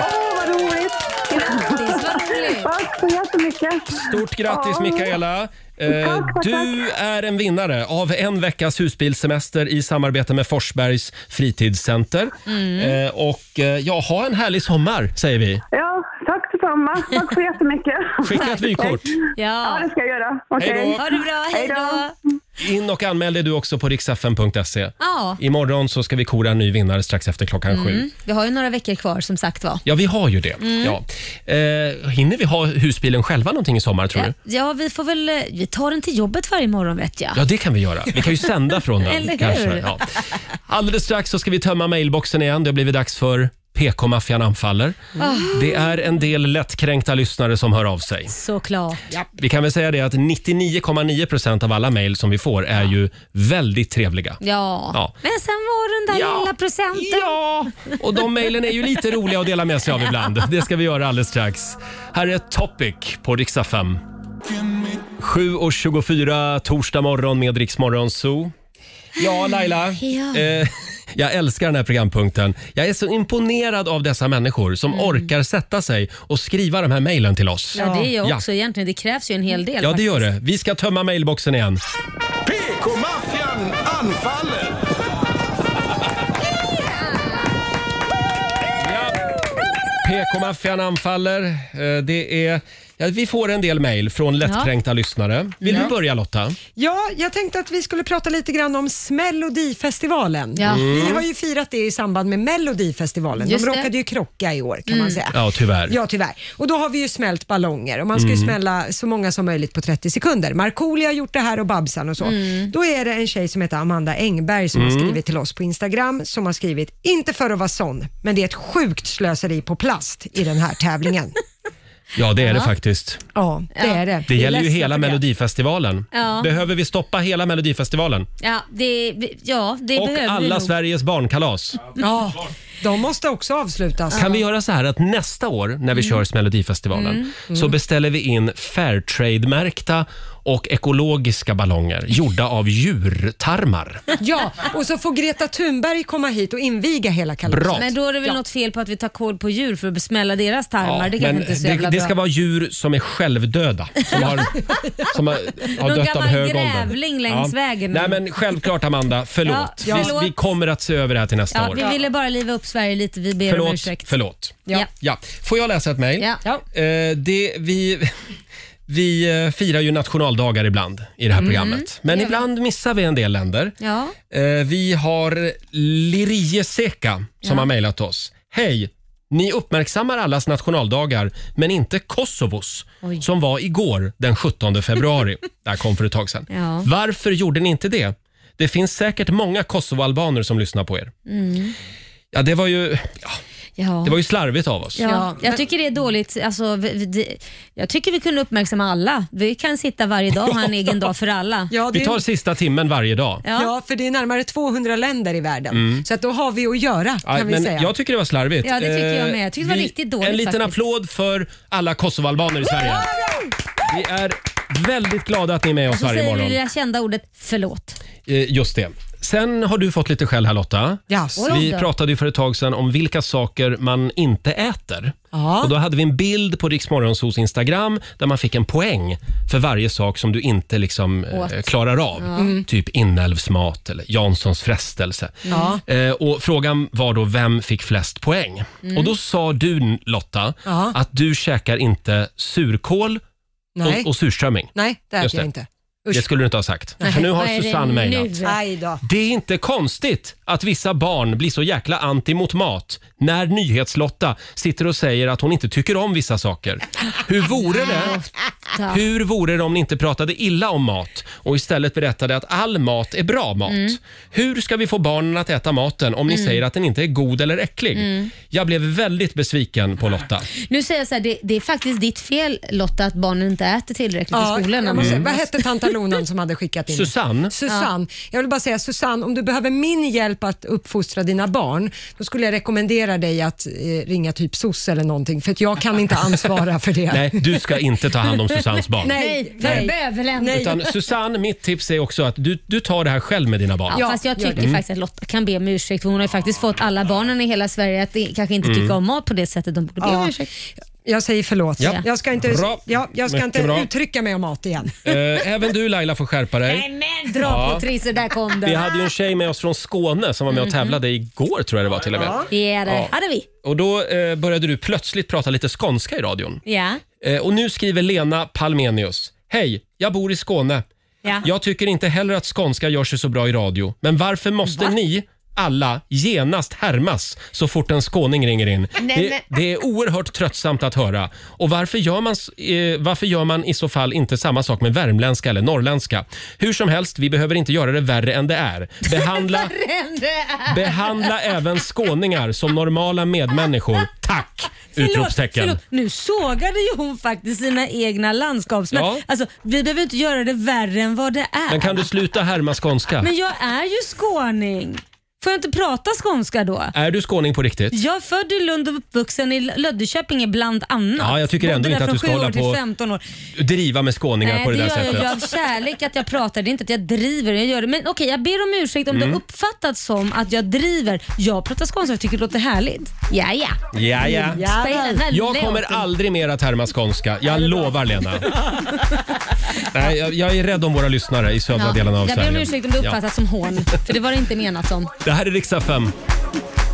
vi.
vad roligt!
Grattis, vad roligt.
Tack så jättemycket!
Stort grattis
Ja.
Mikaela! Eh,
Tack, tack,
du är en vinnare av en veckas husbilsemester i samarbete med Forsbergs fritidscenter.
Mm.
Eh, och eh, ja, ha en härlig sommar säger vi.
Ja, tack detsamma. Tack så jättemycket.
Skicka ett vykort.
Ja,
Ja.
det ska jag göra. Okej.
Hej då.
Ha det bra, hej
Hej då.
då.
In och anmäl dig du också på riksfn.se.
Ja,
Imorgon så ska vi kora en ny vinnare strax efter klockan
Mm.
sju.
vi har ju några veckor kvar som sagt var.
Ja, vi har ju det. Ja. Eh, hinner vi ha husbilen själva någonting i sommar tror
Ja,
du?
ja, vi får väl, eh, vi tar den till jobbet varje morgon vet jag.
Ja, det kan vi göra. Vi kan ju sända från den.
Eller hur?
Kanske, ja. Alldeles strax så ska vi tömma mailboxen igen. Det har blivit dags för PK-maffian anfaller.
Ah.
Det är en del lättkränkta lyssnare som hör av sig.
Såklart.
Vi kan väl säga det att 99,9 procent av alla mejl som vi får är ju väldigt trevliga.
Ja.
Ja.
men sen var den där lilla procenten.
Ja, och de mejlen är ju lite roliga att dela med sig av ibland. Det ska vi göra alldeles strax. Här är Topic på riksdag 5. 7.24 torsdag morgon med Riksmorgon Zoo. Ja, Laila.
Ja.
Eh, jag älskar den här programpunkten. Jag är så imponerad av dessa människor som orkar sätta sig och skriva de här mejlen till oss.
Ja, det är Mm. jag
Ja.
också egentligen. Det krävs ju en hel del.
Ja, det
faktiskt.
gör det. Vi ska tömma mejlboxen igen.
PK-maffian anfaller!
PK-maffian anfaller. Eh, Det är, ja, vi får en del mejl från lättkränkta lyssnare. Vill du börja Lotta?
Ja, jag tänkte att vi skulle prata lite grann om Smällodifestivalen.
Ja. Mm.
Vi har ju firat det i samband med Melodifestivalen. De
Just det. Mm.
råkade ju krocka i år kan man säga.
Ja, tyvärr.
Ja, tyvärr. Och då har vi ju smält ballonger och man ska
Mm.
ju smälla så många som möjligt på 30 sekunder. Markoolio har gjort det här och Babsan och så.
Mm.
Då är det en tjej som heter Amanda Engberg som
Mm.
har skrivit till oss på Instagram som har skrivit, inte för att vara sån, men det är ett sjukt slöseri på plast i den här tävlingen.
Ja, det är det faktiskt.
ja, det är det.
Det
Vi är
gäller ju
ledsna
hela
för det.
Melodifestivalen.
Ja.
Behöver vi stoppa hela Melodifestivalen?
Ja, det, ja, det
Och
behöver vi
alla
nog.
Sveriges barnkalas.
Ja, de måste också avslutas.
Kan vi göra så här att nästa år när vi kör Melodifestivalen så beställer vi in Fairtrade-märkta och ekologiska ballonger gjorda av djurtarmar.
Ja, och så får Greta Thunberg komma hit och inviga hela kalaset.
Bra.
Men då är det väl något fel på att vi tar kod på djur för att besmälla deras tarmar. det kanske
men
inte är så
det,
jävla
det
bra.
ska vara djur som är självdöda. Som har, som har, har
Någon
dött av
gammal
hög ålder.
grävling längs vägen.
Nej, men självklart Amanda, förlåt.
Ja,
Vi,
förlåt.
vi kommer att se över det här till nästa
Ja,
år.
vi ville bara liva upp Sverige lite. Vi ber om
Förlåt,
ursäkt.
förlåt.
Ja.
Ja. Får jag läsa ett mejl?
Ja. Ja.
Eh, det, vi, vi eh, firar ju nationaldagar ibland i
Mm.
det här programmet. Men ibland missar vi en del länder.
Ja.
Eh, vi har Lirie Seka som har mejlat oss. Hej! Ni uppmärksammar allas nationaldagar, men inte Kosovos,
Oj.
som var igår den 17 februari. det här kom för ett tag sedan.
Ja.
Varför gjorde ni inte det? Det finns säkert många kosovoalbaner som lyssnar på er.
Mm.
Ja, det var ju...
Ja.
Det var ju slarvigt av oss.
Ja,
Ja,
jag tycker det är dåligt. Alltså, vi, vi, det- jag tycker vi kunde uppmärksamma alla. Vi kan sitta varje dag och ha en egen dag för alla.
Ja, det
Vi
är-
tar sista timmen varje dag.
Ja.
Ja. för det är närmare 200 länder i världen. Så att då har vi att göra kan
Aj,
vi
Mm. men
säga.
jag tycker det var slarvigt.
Ja, det tycker jag
Eh,
med. Jag tyckte det var
vi-
riktigt dåligt
En liten
faktiskt.
applåd för alla kosovoalbaner i Sverige. Vi är väldigt glada att ni är med oss
Så
varje
säger vi
morgon.
det där kända ordet förlåt.
Eh, Just det. Sen har du fått lite skäll här Lotta.
Jaså?
Oj
Vi
då.
pratade ju för ett tag sedan om vilka saker man inte äter.
Ja.
Och Då hade vi en bild på Riksmorgonsos Instagram där man fick en poäng för varje sak som du inte liksom, eh,
Åt.
klarar av. Typ inälvsmat eller Janssons frestelse.
Ja.
Eh, och frågan var då vem fick flest poäng?
Mm.
Och Då sa du Lotta
Ja.
att du käkar inte surkål
Nej.
och, och surströmming.
Nej, det
Just
äter
det.
jag inte. Usch.
Det skulle du inte ha sagt. För nu har
Vad är det
Susanne mejlat.
nu?
Aj då.
Det är inte konstigt att vissa barn blir så jäkla anti mot mat när nyhetslotta sitter och säger att hon inte tycker om vissa saker. Hur vore det,
Ja.
hur vore det om ni inte pratade illa om mat och istället berättade att all mat är bra mat? Hur ska vi få barnen att äta maten om ni säger att den inte är god eller äcklig? Jag blev väldigt besviken på Lotta.
Nu säger jag så här, det, det är faktiskt ditt fel Lotta att barnen inte äter tillräckligt i Mm.
Ja,
skolorna.
jag måste, Vad hette tanta väl hon någon som hade skickat in.
Mm. Susanne?
Susanne. Jag vill bara säga Susanne, om du behöver min hjälp att uppfostra dina barn, då skulle jag rekommendera dig att eh, ringa typ SOS eller någonting, för att jag kan inte ansvara för det.
Nej, du ska inte ta hand om Susannes barn.
Nej,
för
nej.
bövelen.
Nej.
Utan Susanne, mitt tips är också att du, du tar det här själv med dina barn.
Ja, fast jag tycker
mm.
faktiskt att Lotta kan be om ursäkt för hon har ju faktiskt fått alla barnen i hela Sverige att i- kanske inte
Mm.
tycka om mat på det sättet. De borde be om
Ja.
ursäkt.
Jag säger förlåt.
Ja.
Jag ska inte,
Bra.
ja, jag ska
Mycket
inte
bra.
uttrycka mig om mat igen.
Eh, även du Laila får skärpa dig.
men dra
Ja.
på trissor, där kom den.
Vi
Ja,
hade ju en tjej med oss från Skåne som var med och tävlade igår tror jag det var till och med.
det
Ja.
hade vi.
Och då eh, började du plötsligt prata lite skånska i radion.
Ja.
Eh, och nu skriver Lena Palmenius. Hej, jag bor i Skåne.
Ja.
Jag tycker inte heller att skånska gör sig så bra i radio. Men varför måste ni alla genast härmas så fort en skåning ringer in? det, det är oerhört tröttsamt att höra. Och varför gör, man, s- eh, varför gör man i så fall inte samma sak med värmländska eller norrländska? Hur som helst, vi behöver inte göra det värre än det är. Behandla, behandla även skåningar som normala medmänniskor. Tack! Utropstecken.
Förlåt, förlåt. Nu sågade ju hon faktiskt sina egna landskapsmän.
Ja.
Alltså, vi behöver inte göra det värre än vad det är.
Men kan du sluta härma skånska?
Men jag är ju skåning. Får jag inte prata skånska då?
Är du skåning på riktigt?
Jag är född i Lund och uppvuxen i Löddeköpinge bland annat.
Ja, jag tycker ändå
Bodde
inte att
där från
du ska
sju
hålla
år till
på-
15 år.
Driva med skåningar
Nej,
på det,
det
där
gör jag
sättet.
ju av kärlek att jag pratar. Det är inte att jag driver. Jag gör det. Men okej, jag ber om ursäkt om
Mm.
det har uppfattats som att jag driver. Jag pratar skånska och tycker det låter härligt. Ja, Mm. ja.
Ja, ja.
Spela den här
Jag
låten.
kommer aldrig mer att härma skånska. Jag lovar Lena. Nej, jag, jag är rädd om våra lyssnare i södra
Ja.
delen av
Jag ber om
Sverige.
ursäkt om det uppfattas som hån, för det var det inte menat som.
Ja. Det här är riksdag 5.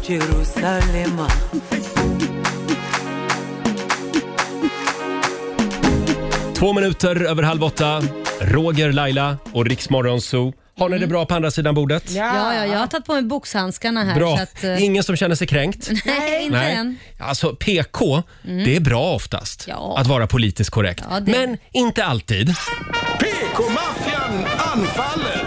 Jerusalema.
Två minuter över halv åtta. Roger, Laila och Riksmorgon Zoo. Har ni det bra på andra sidan bordet?
Mm. Ja, ja, jag har tagit på mig boxhandskarna här.
Bra.
Så att, eh,
Ingen som känner sig kränkt?
nej, inte än. Mm.
Alltså PK, det är bra oftast
Ja.
att vara politiskt korrekt.
Ja, det-
Men inte alltid.
PK-maffian anfaller!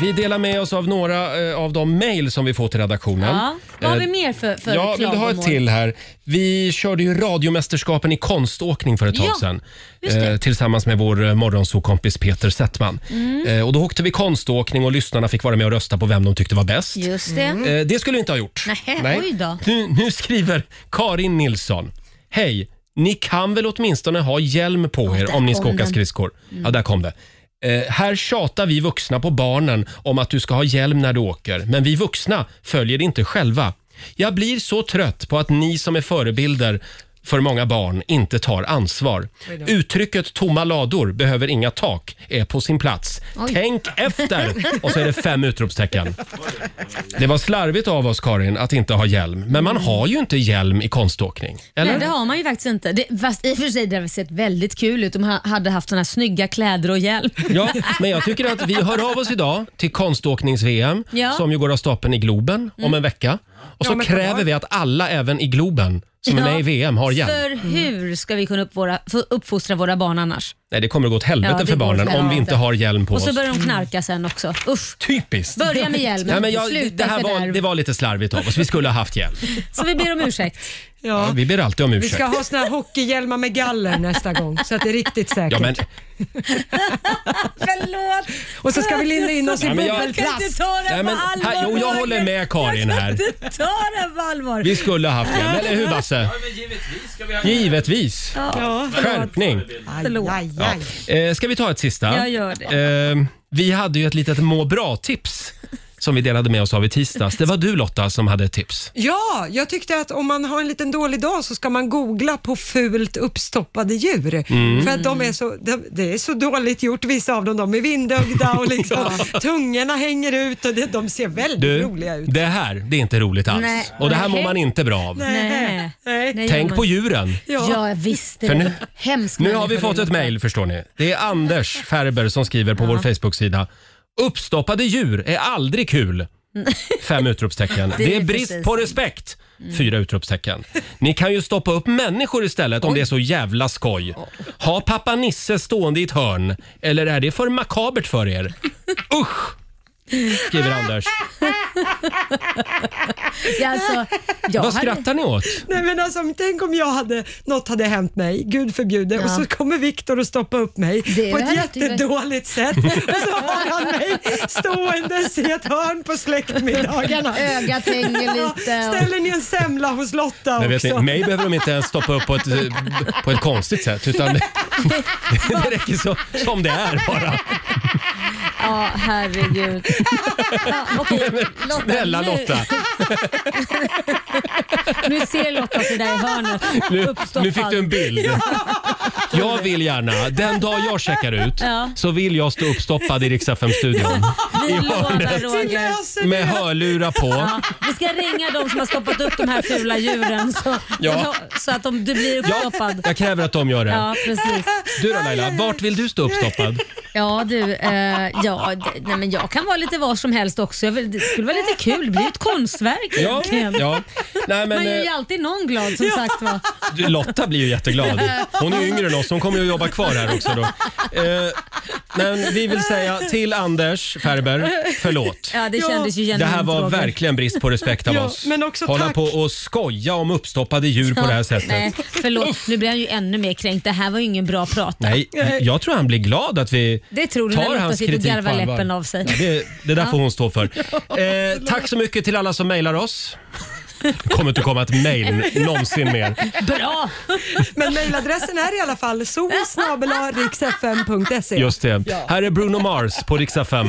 Vi delar med oss av några eh, av de mejl som vi får till redaktionen.
Ja. Vad har vi
Eh,
mer för, för
Ja, vill du ha ett
klagomål?
till här? Vi körde ju radiomästerskapen i konståkning för ett tag
Ja,
sedan.
just det.
Eh, tillsammans med vår eh, morgonsokompis Peter Settman.
Mm.
Eh, och då åkte vi konståkning och lyssnarna fick vara med och rösta på vem de tyckte var bäst.
Just det.
Eh, det skulle vi inte ha gjort.
Mm. Nähä, oj då.
Nu, nu skriver Karin Nilsson. Hej, ni kan väl åtminstone ha hjälm på er
där
om ni ska
kom
åka
den. Mm.
skridskor? Ja, där kom det. Eh, här tjatar vi vuxna på barnen om att du ska ha hjälm när du åker, men vi vuxna följer det inte själva. Jag blir så trött på att ni som är förebilder för många barn inte tar ansvar. Uttrycket tomma lador behöver inga tak är på sin plats. Tänk efter! Och så är det fem utropstecken. Det var slarvigt av oss Karin att inte ha hjälm, men man har ju inte hjälm i konståkning. Eller?
Nej, det har man ju faktiskt inte. Det, fast i och för sig det hade sett väldigt kul ut om man hade haft såna här snygga kläder och hjälm.
Ja, men jag tycker att vi hör av oss idag till konståknings-VM
Ja. Mm.
som ju går av stapeln i Globen om en vecka. Och så
men
kräver
bra.
vi att alla även i Globen som är med i VM har hjälm.
För hur ska vi kunna upp våra, få uppfostra våra barn annars?
Nej, det kommer att gå åt helvete
Ja, det
för
går åt
barnen om vi
helvete.
inte har hjälm på
Och så
oss.
börjar de knarka sen också. Usch.
Typiskt!
Börja med hjälmen,
Nej, men jag,
sluta
det, här var,
fördärv.
det var lite slarvigt av oss. Vi skulle ha haft hjälm.
Så vi ber om ursäkt.
Ja, vi ber alltid om
Vi
ursäkt.
ska ha såna här hockeyhjälmar med galler nästa gång så att det är riktigt
Ja,
säkert.
men,
Förlåt!
Och så ska vi linda in oss i
Nej, men jag-
kan inte
bubbelplast.
ta det
Nej, men
på
här-
allvar.
jo, jag
Roger.
håller med Karin här.
Jag kan inte ta det på allvar.
vi skulle ha haft hjälm. Eller hur Basse?
Givetvis ska vi ha
Givetvis.
Ja,
Skärpning.
aj, aj,
Ja.
aj.
Eh, ska vi ta ett sista?
Jag gör
Eh, vi hade ju ett litet må bra-tips som vi delade med oss av i tisdags. Det var du Lotta som hade ett tips.
Ja, jag tyckte att om man har en liten dålig dag så ska man googla på fult uppstoppade djur.
Mm.
För att de är så, de, det är så dåligt gjort, vissa av dem. De är vindögda och liksom, tungorna hänger ut och det, de ser väldigt
Du,
roliga ut.
det här det är inte roligt alls.
Nej.
Och det här mår
Nej.
man inte bra av.
Nej.
Nej.
Nej,
Tänk
men-
på djuren.
Ja, visst.
För
Det
nu-
nu, hemskt
Nu har vi fått ett mejl förstår ni. Det är Anders Färber som skriver på vår Facebook-sida. Uppstoppade djur är aldrig kul. Fem utropstecken.
Det är
Det är brist
precis.
på respekt. Fyra utropstecken. Ni kan ju stoppa upp människor istället om det är så jävla skoj. Ha pappa Nisse stående i ett hörn. Eller är det för makabert för er? Usch! Skriver Anders.
Ja, alltså, jag
Vad
hade-
skrattar ni åt?
Nej men alltså tänk om jag hade, något hade hänt mig, gud förbjude, och så kommer Viktor och stoppa upp mig
Det
på ett
hade inte varit-
jättedåligt sätt och så har han mig ståendes i ett hörn på släktmiddagarna.
Ögat hänger lite. Och...
Ställer ni en semla hos Lotta
Nej, vet ni,
också?
mig behöver de inte ens stoppa upp på ett, eh, på ett konstigt sätt utan det, det räcker så, som det är bara.
Ja, herregud. Ja, okej.
Snälla
nu-
Lotta,
Nu ser Lotta sig där i hörnet.
nu,
uppstoppad.
nu fick du en bild. Jag vill gärna, den dag jag checkar ut
Ja.
så vill jag stå uppstoppad i Rix studion
Vi lovar
Vi
Roger.
löser
med
det.
hörlurar på.
Ja, vi ska ringa de som har stoppat upp de här fula djuren så,
Ja.
så att de, du blir uppstoppad.
Jag kräver att de gör det.
Ja, precis.
Du då Laila, vart vill du stå uppstoppad?
Ja du, eh, ja, d- nej, men jag kan vara lite var som helst också. Jag vill, det skulle vara lite kul, det blir ju ett konstverk
Ja,
egentligen.
ja. Nej, men,
Man gör
eh,
ju alltid någon glad som sagt var.
Du, Lotta blir ju jätteglad. Hon är ju yngre än oss, hon kommer ju att jobba kvar här också då. Eh, men vi vill säga till Anders Ferber, förlåt.
Ja, det
Ja.
kändes ju genuint
Det här var
Roger.
verkligen brist på respekt av
Ja,
oss.
men också
Hålla
tack.
på och skoja om uppstoppade djur på det här sättet.
Nej,
Nej.
förlåt, nu blir han ju ännu mer kränkt. Det här var ju ingen bra prat.
jag tror han blir glad att vi
Det tror du när
tar
Lotta
hans
sitter och
kritik på
garvar
allvar.
läppen av sig.
Ja, det, det där får hon stå för. Eh, tack så mycket till alla som mejlar oss. Det kommer inte komma ett mejl någonsin mer.
Bra!
Men mejladressen är i alla fall solsnabelariksfm.se.
Just det.
Ja.
Här är Bruno Mars på riksdag 5.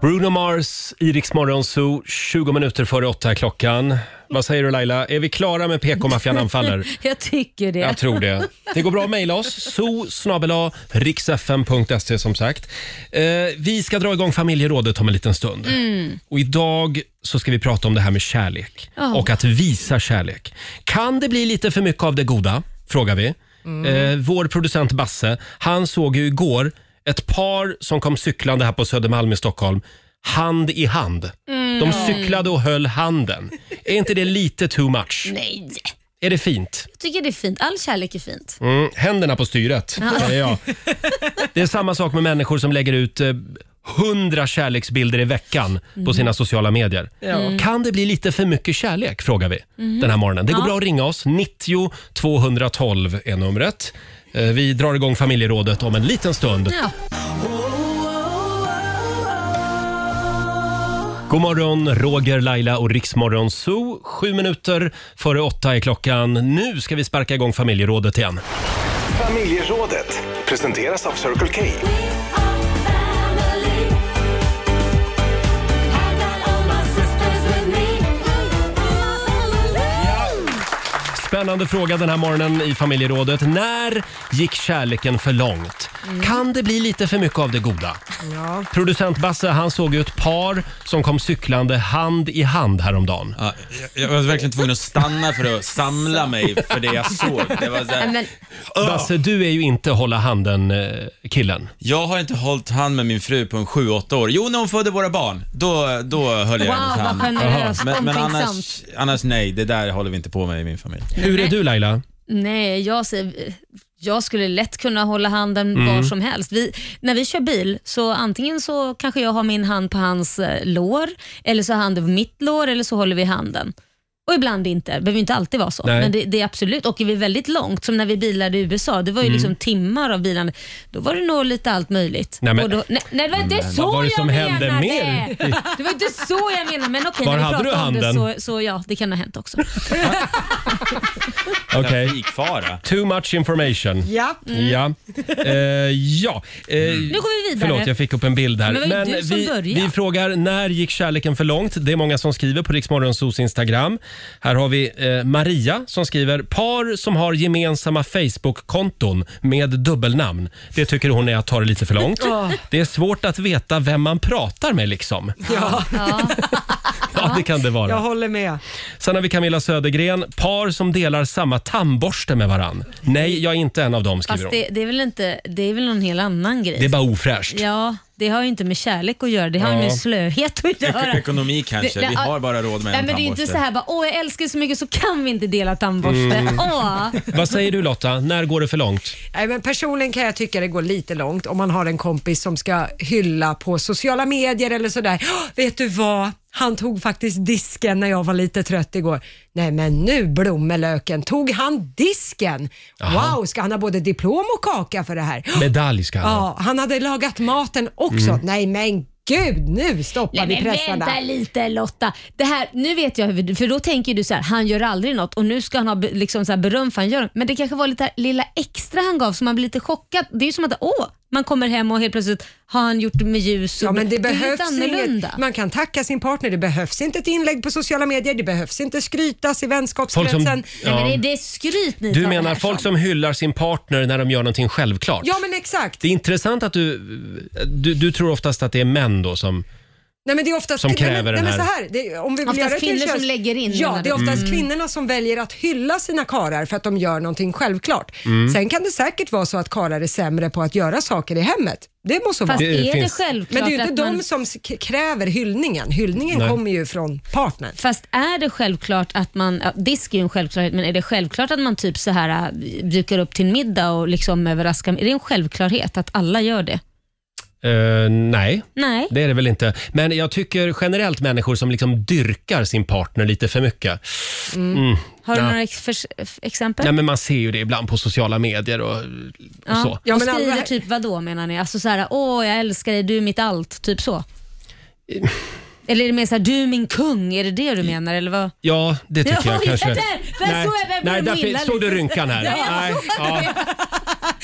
Bruno Mars i Rix Morgon Zoo, 20 minuter före åtta är klockan. Vad säger du Laila, är vi klara med PK-maffian anfaller?
Jag tycker det.
Jag tror det. Det går bra att mejla oss. zoo riksfm.se som sagt. Eh, vi ska dra igång familjerådet om en liten stund. Och idag så ska vi prata om det här med kärlek
Mm. Ja.
och att visa kärlek. Kan det bli lite för mycket av det goda? Frågar vi.
Mm.
Eh, vår producent Basse, han såg ju igår ett par som kom cyklande här på Södermalm i Stockholm. Hand i hand. De
Mm.
cyklade och höll handen. Är inte det lite too much?
Nej,
Är det fint?
jag tycker det är fint. All kärlek är fint.
Mm, händerna på styret, säger jag. Det är samma sak med människor som lägger ut eh, hundra kärleksbilder i veckan på sina sociala medier. Kan det bli lite för mycket kärlek, frågar vi den här morgonen. Det går bra att ringa oss. 90 212 är numret. Eh, Vi drar igång familjerådet om en liten stund.
Ja.
God morgon, Roger, Laila och Riksmorgon Zoo. Sju minuter före åtta är klockan. Nu ska vi sparka igång familjerådet igen.
Familjerådet presenteras av Circle K.
Spännande fråga den här morgonen i familjerådet. När gick kärleken för långt? Kan det bli lite för mycket av det goda?
Ja.
Producent Basse han såg ju ett par som kom cyklande hand i hand häromdagen.
Ja, jag, jag var verkligen tvungen att stanna för att samla mig för det jag såg. Det var så
Nej,
här,
Men,
Basse, du är ju inte hålla eh, handen-killen.
jag har inte hållit hand med min fru på en 7-8 år. Jo, när hon födde våra barn, då, då höll jag
Wow,
hennes
vad
hand.
generöst.
Men, men
Omtänksamt.
annars, annars nej, det där håller vi inte på med i min familj.
Hur är du Laila?
nej, jag, säger- jag skulle lätt kunna hålla handen var
Mm.
som helst. Vi, när vi kör bil så antingen så kanske jag har min hand på hans eh, lår, eller så har han det på mitt lår, eller så håller vi handen. Och ibland inte. Det behöver ju inte alltid vara så.
Nej.
Men det, det är absolut. Och är vi väldigt långt, som när vi bilade i USA, det var
Mm.
ju liksom timmar av bilande. Då var det nog lite allt möjligt.
Nej, men-
och då, nej, nej, det var inte så
vad var det
jag
som hände
menade.
mer?
Det var inte så jag menade, men okej.
Var
när vi
hade du
pratar om
handen?
Det, så, så ja, det kan ha hänt också.
Okej.
Trafikfara.
Too much information.
Ja.
Ja. Eh, ja. Eh,
Nu går vi vidare.
Förlåt, jag fick upp en bild här.
Men det var ju du som
vi,
började.
vi frågar när gick kärleken för långt? Det är många som skriver på Riksmorgonsos Instagram. Här har vi eh, Maria som skriver par som har gemensamma Facebook-konton med dubbelnamn. Det tycker hon är att ta det lite för långt. Det är svårt att veta vem man pratar med liksom.
Ja,
Ja, det kan det vara.
jag håller med.
Sen har vi Camilla Södergren. Par som delar samma tandborste med varann. Nej, jag är inte en av dem, skriver
Fast
hon.
det, det, är väl inte, det är väl någon helt annan grej.
Det är bara ofräscht.
Ja, det har ju inte med kärlek att göra. Det har ju
Ja.
med slöhet att göra.
Ek- ekonomi kanske.
Det-
Vi har bara råd med
nej,
en
men Det är ju inte
tandborste.
så här bara, åh jag älskar dig så mycket så kan vi inte dela tandborste. Åh.
Vad säger du Lotta, när går det för långt?
Nej, men personligen kan jag tycka det går lite långt om man har en kompis som ska hylla på sociala medier eller sådär. "Åh, vet du vad? Han tog faktiskt disken när jag var lite trött igår. Nej men nu blommelöken, tog han disken? Wow, ska han ha både diplom och kaka för det här?
Medalj ska han ha.
Ja, han hade lagat maten också.
Mm.
Nej men gud, nu stoppar
Nej,
vi
men
pressarna.
vänta lite Lotta. Det här, nu vet jag hur vi, för då tänker du så här, han gör aldrig något och nu ska han ha be- liksom så här beröm för han gör Men det kanske var lite här lilla extra han gav så man blir lite chockad. Det är ju som att, åh, man kommer hem och helt plötsligt har han gjort det med ljus och
Ja, men det
är lite
behövs
annorlunda.
inget. Man kan tacka sin partner. Det behövs inte ett inlägg på sociala medier. Det behövs inte skrytas i
Folk som-
vänskapskretsen.
Nej, men
Ja.
det, det är skryt ni
Du
tar det
menar
här
folk som hyllar sin partner när de gör någonting självklart?
Ja, men exakt.
Det är intressant att du, du, du tror oftast att det är män då som...
Nej, men det är oftast,
Som kräver
nej, men,
den
nej, men så
här. Mm.
här. Det, om vi vill
Oftast
göra det till
kvinnor som
köns-
lägger in,
Ja,
menar
det är
du?
oftast kvinnorna som väljer att hylla sina karar för att de gör någonting självklart.
Mm.
Sen kan det säkert vara så att karar är sämre på att göra saker i hemmet. Det må så
Fast
vara.
Det
är
finns-
det självklart
Men det är ju
att
inte de
man,
som s- k- kräver hyllningen. Hyllningen
Nej.
kommer ju från partnern.
Fast är det självklart att man, ja, disk är ju en självklarhet, men är det självklart att man typ så här äh, dukar upp till en middag och liksom överraskar? Är det en självklarhet att alla gör det?
Eh, nej,
Nej.
det är det väl inte. Men jag tycker generellt människor som liksom dyrkar sin partner lite för mycket.
Har du
Ja.
några ex- förs- f- exempel?
Nej, men man ser ju det ibland på sociala medier och, och så.
Ja,
och
men alla-
skriver typ vad då menar ni? Alltså så här, åh jag älskar dig, du är mitt allt, typ så? Eller är det mer så här, du är min kung, är det det du menar? Eller vad?
Ja, det tycker
Ja,
jag
ja,
kanske.
där- där
nej,
såg jag vem
nej
du
därför,
gillar
såg du
lite.
rynkan här?
Ja, jag
nej, ja.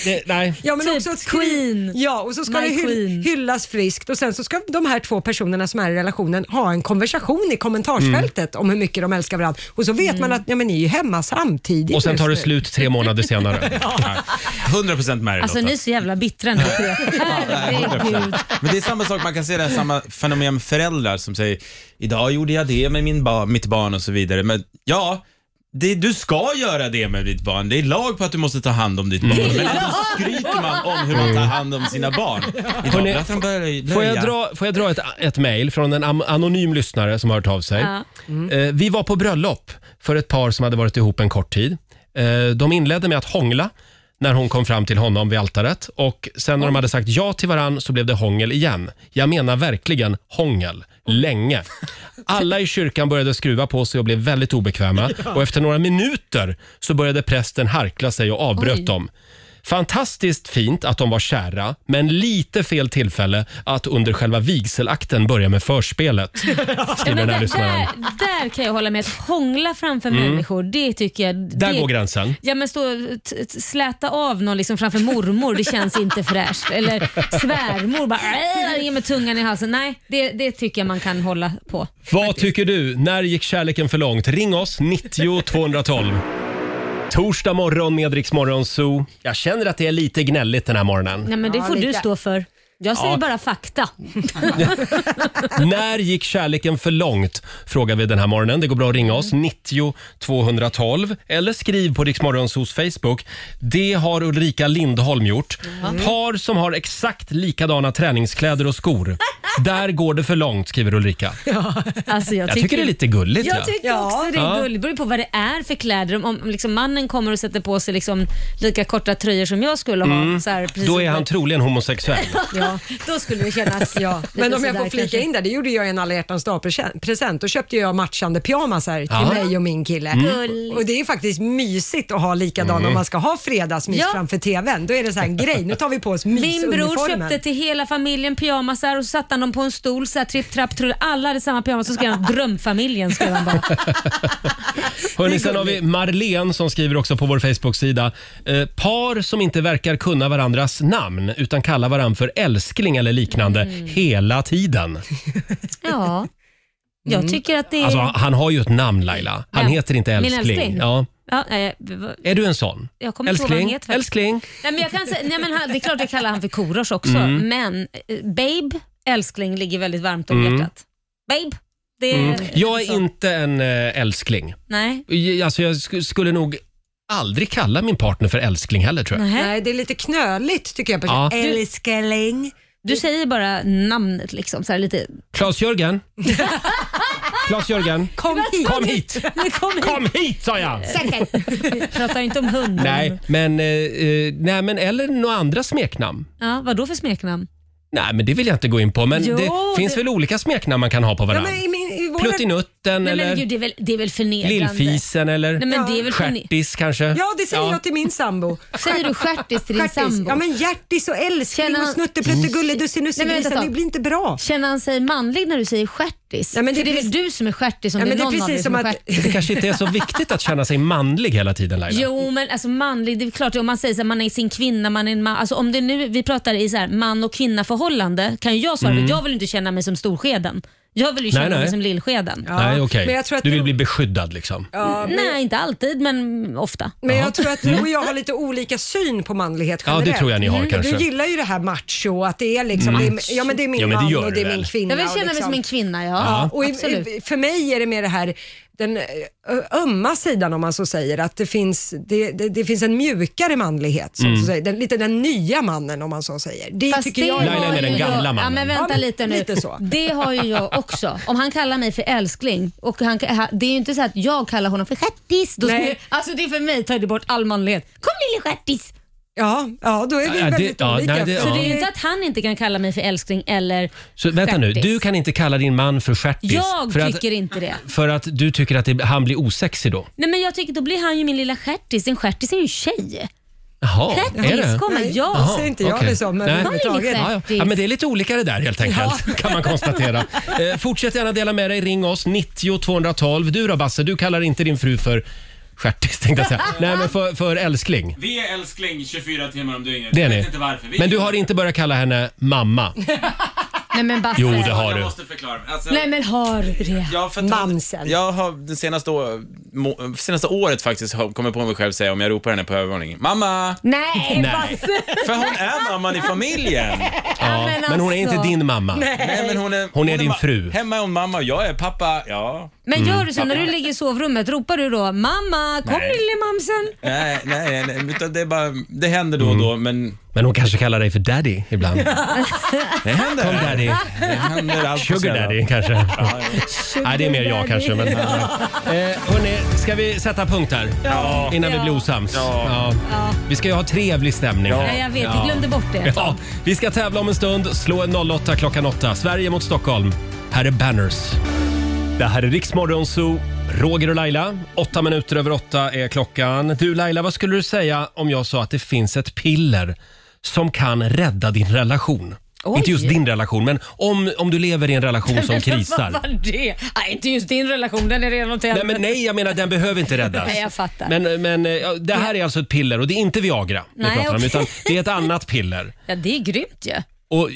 Det, nej.
Ja, men
Typ
också att skri-
Queen.
Ja, och så ska
My
det hyll-
Queen.
hyllas friskt och sen så ska de här två personerna som är i relationen ha en konversation i kommentarsfältet
Mm.
om hur mycket de älskar varandra. Och så vet
Mm.
man att ja, men ni är ju hemma samtidigt
Och sen
just
tar det
nu.
slut tre månader senare.
100% med dig
Alltså
Lotta.
ni är så jävla bittra ni tre. Herregud.
Men det är samma sak, man kan se det här samma fenomen med föräldrar som säger idag gjorde jag det med min ba- mitt barn och så vidare. Men ja, det, du ska göra det med ditt barn. Det är lag på att du måste ta hand om ditt barn. Men
Mm.
ändå skryter man om hur man tar hand om sina barn. Idag
Hörrni,
blev från början
Får jag dra, får jag dra ett, ett mejl från en am- anonym lyssnare som har hört av sig.
Ja.
Eh, Vi var på bröllop för ett par som hade varit ihop en kort tid. Eh, De inledde med att hångla när hon kom fram till honom vid altaret och sen när de hade sagt ja till varann så blev det hångel igen. Jag menar verkligen hångel. Länge. Alla i kyrkan började skruva på sig och blev väldigt obekväma och efter några minuter så började prästen harkla sig och avbröt
Oj.
dem. Fantastiskt fint att de var kära, men lite fel tillfälle att under själva vigselakten börja med förspelet. Skriver
Ja, men
den här
där,
lyssnaren. Mm.
där, där kan jag hålla med. Att hångla framför människor, det tycker jag...
Där
det,
går gränsen.
Ja, men stå, t- t- släta av någon liksom framför mormor, det känns inte fräscht. Eller svärmor, bara "Äh, ge mig tungan i halsen. Nej, det, det tycker jag man kan hålla på.
Vad tycker du? När gick kärleken för långt? Ring oss, 90 212. Torsdag morgon med Rix Morgon Zoo. Jag känner att det är lite gnälligt den här morgonen.
Nej, men det
Ja,
får du
lite.
stå för. Jag säger bara fakta.
När gick kärleken för långt? Frågar vi den här morgonen. Det går bra att ringa
Mm.
oss, 90 212. Eller skriv på Rix Morgon Zoos Facebook. Det har Ulrika Lindholm gjort.
Mm.
Par som har exakt likadana träningskläder och skor. Där går det för långt, skriver Ulrika.
Alltså, jag,
Jag tycker det är lite gulligt.
Jag
ja.
tycker
Ja.
också det är
Ja.
gulligt. Det beror ju på vad det är för kläder. Om, om liksom mannen kommer och sätter på sig liksom lika korta tröjor som jag skulle ha. Så här, precis
Mm. Då är
som-
han troligen homosexuell.
Ja, då skulle det kännas... Ja,
Men om jag får flika in där, det gjorde jag i en alla hjärtans dag-present. Då köpte jag matchande pyjamasar till
Ja.
mig och min kille.
Gulligt.
Och det är faktiskt mysigt att ha likadana om man ska ha fredagsmys
Mm. Ja.
framför TVn. Då är det så här en grej, nu tar vi på oss
Min bror
mysuniformen.
köpte till hela familjen pyjamasar och så satte han dem på en stol så här, tripp, trapp, trull. Alla hade samma pyjamas så skrev han drömfamiljen. Skrev han bara.
Hörrni, sen har vi Marlene som skriver också på vår Facebook-sida. Eh, par som inte verkar kunna varandras namn utan kallar varandra för älskling eller liknande
Mm.
hela tiden.
Ja, jag tycker att det är...
Alltså, han har ju ett namn Laila. Han
Vem?
heter inte
Min
älskling.
älskling?
Ja.
ja, eh, nej, vad-
Är du en sån?
Jag kommer inte ihåg vad han
Älskling?
heter.
Älskling?
nej, men jag kan säga, nej, men han, det är klart jag kallar han för Korosh också,
Mm.
men eh, Babe, älskling, ligger väldigt varmt om hjärtat. Babe, det är...
Mm. Jag är
så.
inte en eh, älskling.
Nej.
J- Alltså, jag sk- skulle nog aldrig kalla min partner för älskling heller tror jag.
Nej.
Nej, det är lite knöligt tycker jag.
Ja.
Ja. Älskling.
Du säger bara namnet liksom, så här lite...
Klas-Jörgen? Klas-Jörgen?
Kom hit.
Kom hit!
Kom hit.
Kom hit sa jag!
Vi pratar inte om hunden.
Nej, men, eh, eh, nej, men eller några andra smeknamn.
Ja, vad då för smeknamn?
Nej, men det vill jag inte gå in på. Men
Jo,
det finns
det-
väl olika smeknamn man kan ha på
Ja,
varandra?
men i, min, i
Pluttinutten
Nej,
eller
men gud, det är väl, det är väl förnedrande?
lillfisen eller
Nej, men det är väl förne-
stjärtis kanske?
Ja, det säger jag till min sambo.
Säger du stjärtis till din
Stjärtis.
sambo?
Ja, men hjärtis och älskling
Känner
och
han- Mm.
snutte, plutte, gulle, dussin,
Nej, men vänta ett
det
tag.
blir inte bra.
Känner han sig manlig när du säger stjärtis?
Ja, men
För
det
det
är
är väl du som är stjärtis om
Ja,
det är
men det är
någon av er
precis
som
som
är
att...
stjärtis.
Det kanske inte är så viktigt att känna sig manlig hela tiden Laila.
Jo, men alltså manlig, det är klart om man säger att man är sin kvinna, man är en man. Alltså om det nu, vi pratar i så här, man och kvinna förhållande kan ju jag svara för jag vill inte känna mig som storskeden. Jag vill ju
Mm. Nej,
känna
nej.
mig som lillskeden.
Nej, okej.
men jag tror att
Du vill
du-
bli beskyddad liksom.
Nej, inte alltid, men ofta.
Men jag tror att du och jag har lite olika syn på manlighet
Mm. Ja, det
generellt.
tror jag ni har, kanske. Mm.
Du gillar ju det här macho, att det är liksom, det är, ja men det är min
Ja, men det
man
gör
och
du
det är min
väl?
kvinna.
Jag vill
och
känna mig
liksom-
som en kvinna, ja.
Och i,
Absolut.
i, för mig är det mer det här den ö, ö, ömma sidan om man så säger, att det finns, det, det, det finns en mjukare manlighet. Så
Mm.
så säger. Den, lite den nya mannen om man så säger. Det
Fast
tycker
det
jag
har
är...
Laila är den
ju jag-
gamla
Ja,
mannen.
men
Ja,
vänta
men
lite nu.
lite så.
Det har ju jag också. Om han kallar mig för älskling och han, det är ju inte så att jag kallar honom för stjärtis. Då skulle,
Nej.
alltså det är för mig tar det bort all manlighet. Kom lille stjärtis!
Ja, ja, då är vi
Ja, det-
väldigt
ja,
olika.
nej, det-
Så
ja.
det är ju inte att han inte kan kalla mig för älskling eller
Så vänta nu,
stjärtis.
du kan inte kalla din man för stjärtis
Jag
för,
tycker inte det.
att, för att du tycker att det, han blir osexig då?
Nej men jag tycker då blir han ju min lilla stjärtis. En stjärtis är ju en tjej.
Jaha, är
Stjärtis
det?
kommer
Nej.
jag.
Jaha. ser inte jag det som, men
Nej.
överhuvudtaget.
Ja, ja. ja, men det är lite olika det där helt enkelt, kan man konstatera. Eh, fortsätt gärna dela med dig, ring oss, 90 212. Du då Basse, du kallar inte din fru för stjärtis tänkte jag säga. Nej, men för, för älskling.
Vi är älskling 24 timmar om dygnet.
Det är
jag
ni.
vet inte varför. Vi
Men du har inte börjat kalla henne mamma?
Nej men Basse.
Jo, det har
Jag
du.
måste förklara. mig. Alltså,
Nej men har du det?
jag, för att-
Mamsen.
jag har det senaste, å- må, senaste året faktiskt har- kommit på mig själv säga om jag ropar henne på övervåningen. Mamma!
Nej,
Nej.
Basse.
För hon är mamman i familjen.
Ja,
men
men hon är inte
alltså.
din mamma.
Nej, men hon är,
Hon är din
ma-
fru.
Hemma är hon mamma och jag är pappa. Ja.
Men
Mm.
gör du så när du ligger i sovrummet, ropar du då mamma, kom
Nej.
lille mamsen?
Nej, nej, nej. Utan det, är bara, det händer då och
Mm.
då, men
Men hon kanske kallar dig för daddy ibland.
det händer.
Kom daddy.
Det händer allt på
Sugar
sällan.
daddy kanske. Ja. Nej, det är mer jag kanske. Men, eh, hörni, ska vi sätta punkt här? Innan vi blir osams. Ja. Vi ska ju ha trevlig stämning. här.
Nej, jag vet, jag glömde bort det.
Ja, vi ska tävla om en stund. Slå en 08 klockan 8. Sverige mot Stockholm. Här är Banners. Det här är Riksmorgon Zoo. Roger och Laila, åtta minuter över åtta är klockan. Du Laila, vad skulle du säga om jag sa att det finns ett piller som kan rädda din relation?
Oj.
Inte just din relation, men om, om du lever i en relation som
Vad
krisar.
var det? Nej, inte just din relation, den är redan åt
Nej, men nej, jag menar den behöver inte räddas.
Nej, jag fattar.
Men, men ja, det här är alltså ett piller och det är inte Viagra vi
Nej,
pratar om,
okej.
utan det är ett annat piller.
Ja, det är grymt ju.
Och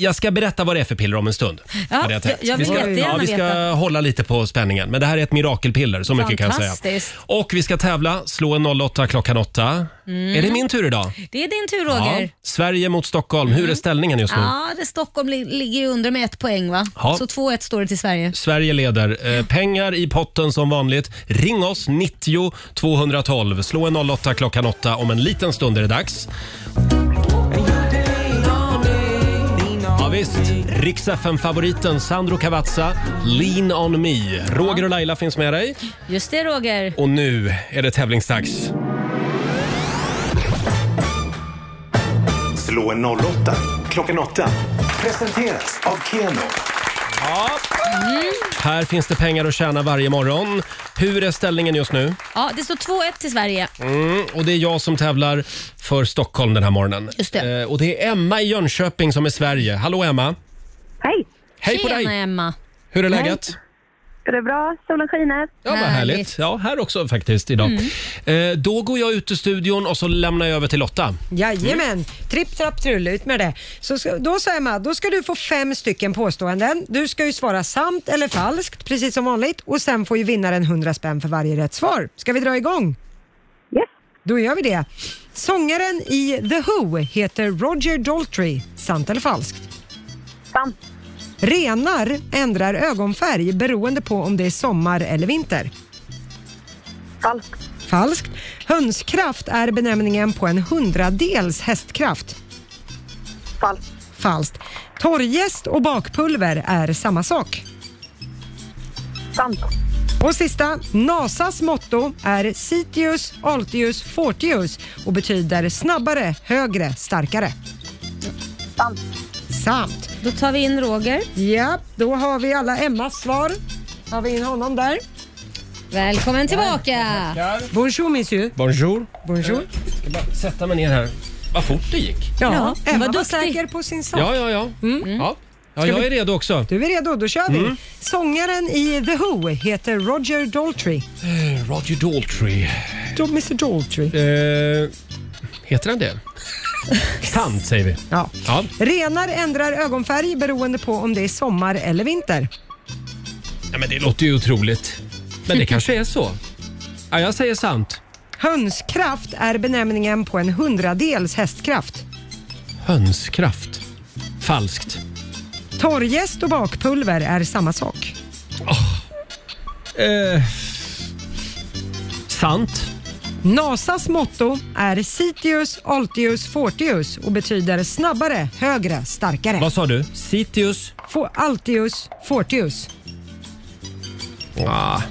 jag ska berätta vad det är för piller om en stund.
Ja,
hade jag, tänkt.
jag- jag
vi
vill
ska,
jättegärna
ja, vi ska
veta.
hålla lite på spänningen. Men det här är ett mirakelpiller, så mycket kan jag säga.
Fantastiskt.
Och vi ska tävla, slå en 08 klockan 8. Är det min tur idag?
Det är din tur Mm. Roger. Mm. Ja.
Sverige mot Stockholm. Hur är ställningen just nu?
det Stockholm li- ligger ju under med ett poäng va?
Ja.
Så 2-1 står det till Sverige.
Sverige leder. Eh, pengar i potten som vanligt. Ring oss, 90 212. Slå en 08 klockan 8. Om en liten stund är det dags. Ja, visst, Rix favoriten Sandro Cavazza, Lean on me. Roger och Laila finns med dig.
Just det Roger.
Och nu är det tävlingsdags.
Slå en 08 klockan 8. Presenteras av Keno.
Här finns det pengar att tjäna varje morgon. Hur är ställningen just nu?
Ja, det står 2-1 till Sverige.
Och det är jag som tävlar för Stockholm den här morgonen.
Just det.
Eh, och det är Emma i Jönköping som är Sverige. Hallå Emma!
Hej!
Hej på
Tjena
dig!
Emma.
Hur är läget?
Är det bra? Solen skiner?
Ja, vad härligt.
Härligt. Mm.
Ja, här också faktiskt idag. Eh, då går jag ut ur studion och så lämnar jag över till Lotta.
Jajamän, tripp, trapp, trull, ut med det. Så ska, då sa Emma, då ska du få fem stycken påståenden. Du ska ju svara sant eller falskt, precis som vanligt. Och sen får ju vinnaren 100 spänn för varje rätt svar. Ska vi dra igång?
Yes.
Då gör vi det. Sångaren i The Who heter Roger Daltrey. Sant eller falskt?
Sant.
Renar ändrar ögonfärg beroende på om det är sommar eller vinter.
Falskt.
Falskt. Hönskraft är benämningen på en hundradels hästkraft.
Falskt.
Falskt. Torrjäst och bakpulver är samma sak.
Sant.
Och sista, NASAs motto är Citius Altius Fortius och betyder snabbare, högre, starkare.
Sant.
Sant.
Då tar vi in Roger.
Ja, då har vi alla Emmas svar. Har vi in honom där?
Välkommen tillbaka!
Bonjour monsieur.
Bonjour.
Bonjour.
Jag ska bara sätta mig ner här. Vad fort det gick.
Ja,
Ja,
Emma
vad
var
duktig.
säker på sin sak.
Ja, ja, ja.
Mm.
ja. ja jag är redo också.
Du är redo, då kör vi. Sångaren i The Who heter Roger Daltrey.
Roger Daltrey.
Då Mr Daltrey.
Eh, heter han det? Sant säger vi.
Ja.
Ja.
Renar ändrar ögonfärg beroende på om det är sommar eller vinter.
ja, men det låter ju otroligt. Men det kanske är så. Ja, jag säger sant.
Hönskraft är benämningen på en hundradels hästkraft.
Hönskraft. Falskt.
Torrjäst och bakpulver är samma sak.
Eh, sant.
Nasas motto är Sitius Altius Fortius och betyder snabbare, högre, starkare.
Vad sa du? Sitius?
Fo- Altius Fortius.
Ah,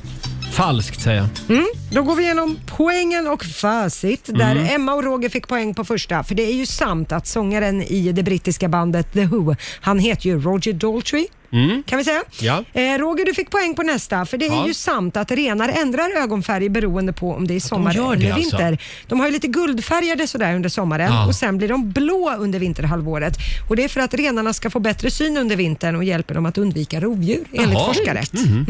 falskt säger jag.
Mm. Då går vi igenom poängen och facit där
Mm.
Emma och Roger fick poäng på första. För det är ju sant att sångaren i det brittiska bandet The Who, han heter ju Roger Daltrey. Kan vi säga?
Mm. Ja.
Eh, Roger, du fick poäng på nästa, för det är
Ja.
ju sant att renar ändrar ögonfärg beroende på om det är sommar
gör det
eller
alltså?
vinter. De har ju lite guldfärgade sådär under sommaren
Ja.
och sen blir de blå under vinterhalvåret. Och det är för att renarna ska få bättre syn under vintern och hjälper dem att undvika rovdjur enligt
Jaha. Mm-hmm.
forskare.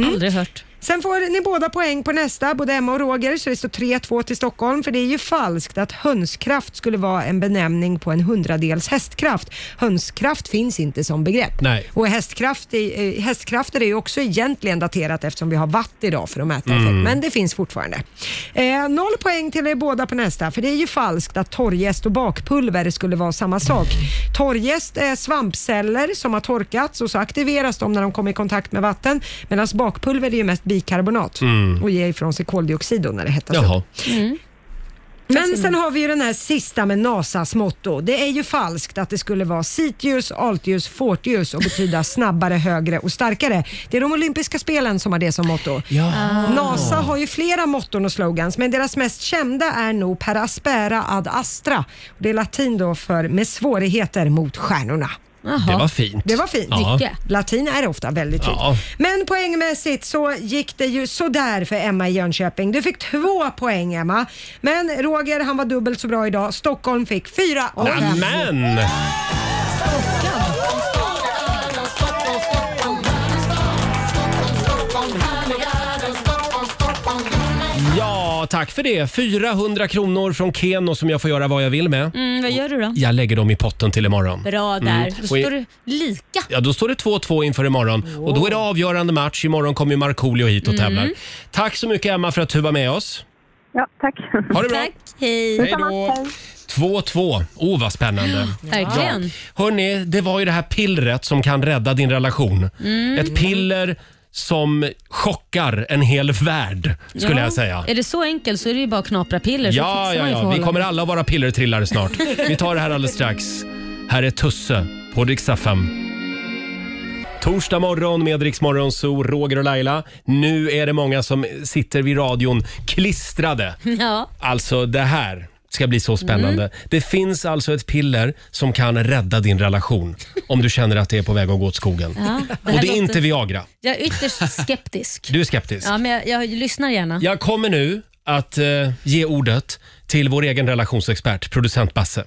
Aldrig hört.
Sen får ni båda poäng på nästa, både Emma och Roger, så det står 3-2 till Stockholm. För det är ju falskt att hönskraft skulle vara en benämning på en hundradels hästkraft. Hönskraft finns inte som begrepp.
Nej.
Och hästkraft i, eh, hästkrafter är ju också egentligen daterat eftersom vi har watt idag för att mäta effekt, men det finns fortfarande. Eh, noll poäng till er båda på nästa, för det är ju falskt att torrjäst och bakpulver skulle vara samma sak. Torrjäst är svampceller som har torkats och så aktiveras de när de kommer i kontakt med vatten, medan bakpulver är ju mest bikarbonat och ger ifrån sig koldioxid då när det hettas upp.
Jaha.
Men sen har vi ju den här sista med NASAs motto. Det är ju falskt att det skulle vara Sitius, Altius, Fortius och betyda snabbare, högre och starkare. Det är de olympiska spelen som har det som motto.
Ja.
NASA har ju flera motton och slogans, men deras mest kända är nog Per aspera ad astra. Det är latin då för med svårigheter mot stjärnorna.
Det var fint.
Det var fint.
Ja.
Mycket.
Latin är ofta väldigt fint.
Ja.
Men poängmässigt så gick det ju sådär för Emma i Jönköping. Du fick två poäng Emma. Men Roger han var dubbelt så bra idag. Stockholm fick fyra av fem.
Amen! Ja, tack för det. 400 kronor från Keno som jag får göra vad jag vill med.
Mm, vad gör du då?
Jag lägger dem i potten till imorgon.
Bra där. Då
Och i-
står du lika.
Mm. Ja, då står det 2-2 inför imorgon och då är det avgörande match. Imorgon kommer ju Markoolio hit och
Mm.
tävlar. Tack så mycket Emma för att du var med oss.
Ja, tack.
Ha det bra!
Tack. Hej.
Hej då! 2-2. Oh, vad spännande.
Verkligen.
Hörni, det var ju det här pillret som kan rädda din relation.
Mm.
Ett piller som chockar en hel värld, skulle
Ja.
jag säga.
Är det så enkelt så är det ju bara att knapra piller. så
Ja,
fixar
ja,
man ju
ja. Vi kommer
förhållandet.
alla vara pillertrillare snart. Vi tar det här alldeles strax. Här är Tusse på Rix FM. Torsdag morgon med Rix Morgon, så Roger och Laila. Nu är det många som sitter vid radion klistrade.
Ja.
Alltså det här ska bli så spännande.
Mm.
Det finns alltså ett piller som kan rädda din relation om du känner att det är på väg att gå åt skogen.
Ja, det här
och det är
låter-
inte Viagra.
Jag är ytterst skeptisk.
Du är skeptisk.
Ja, men jag, jag lyssnar gärna.
Jag kommer nu att eh, ge ordet till vår egen relationsexpert, producent Basse.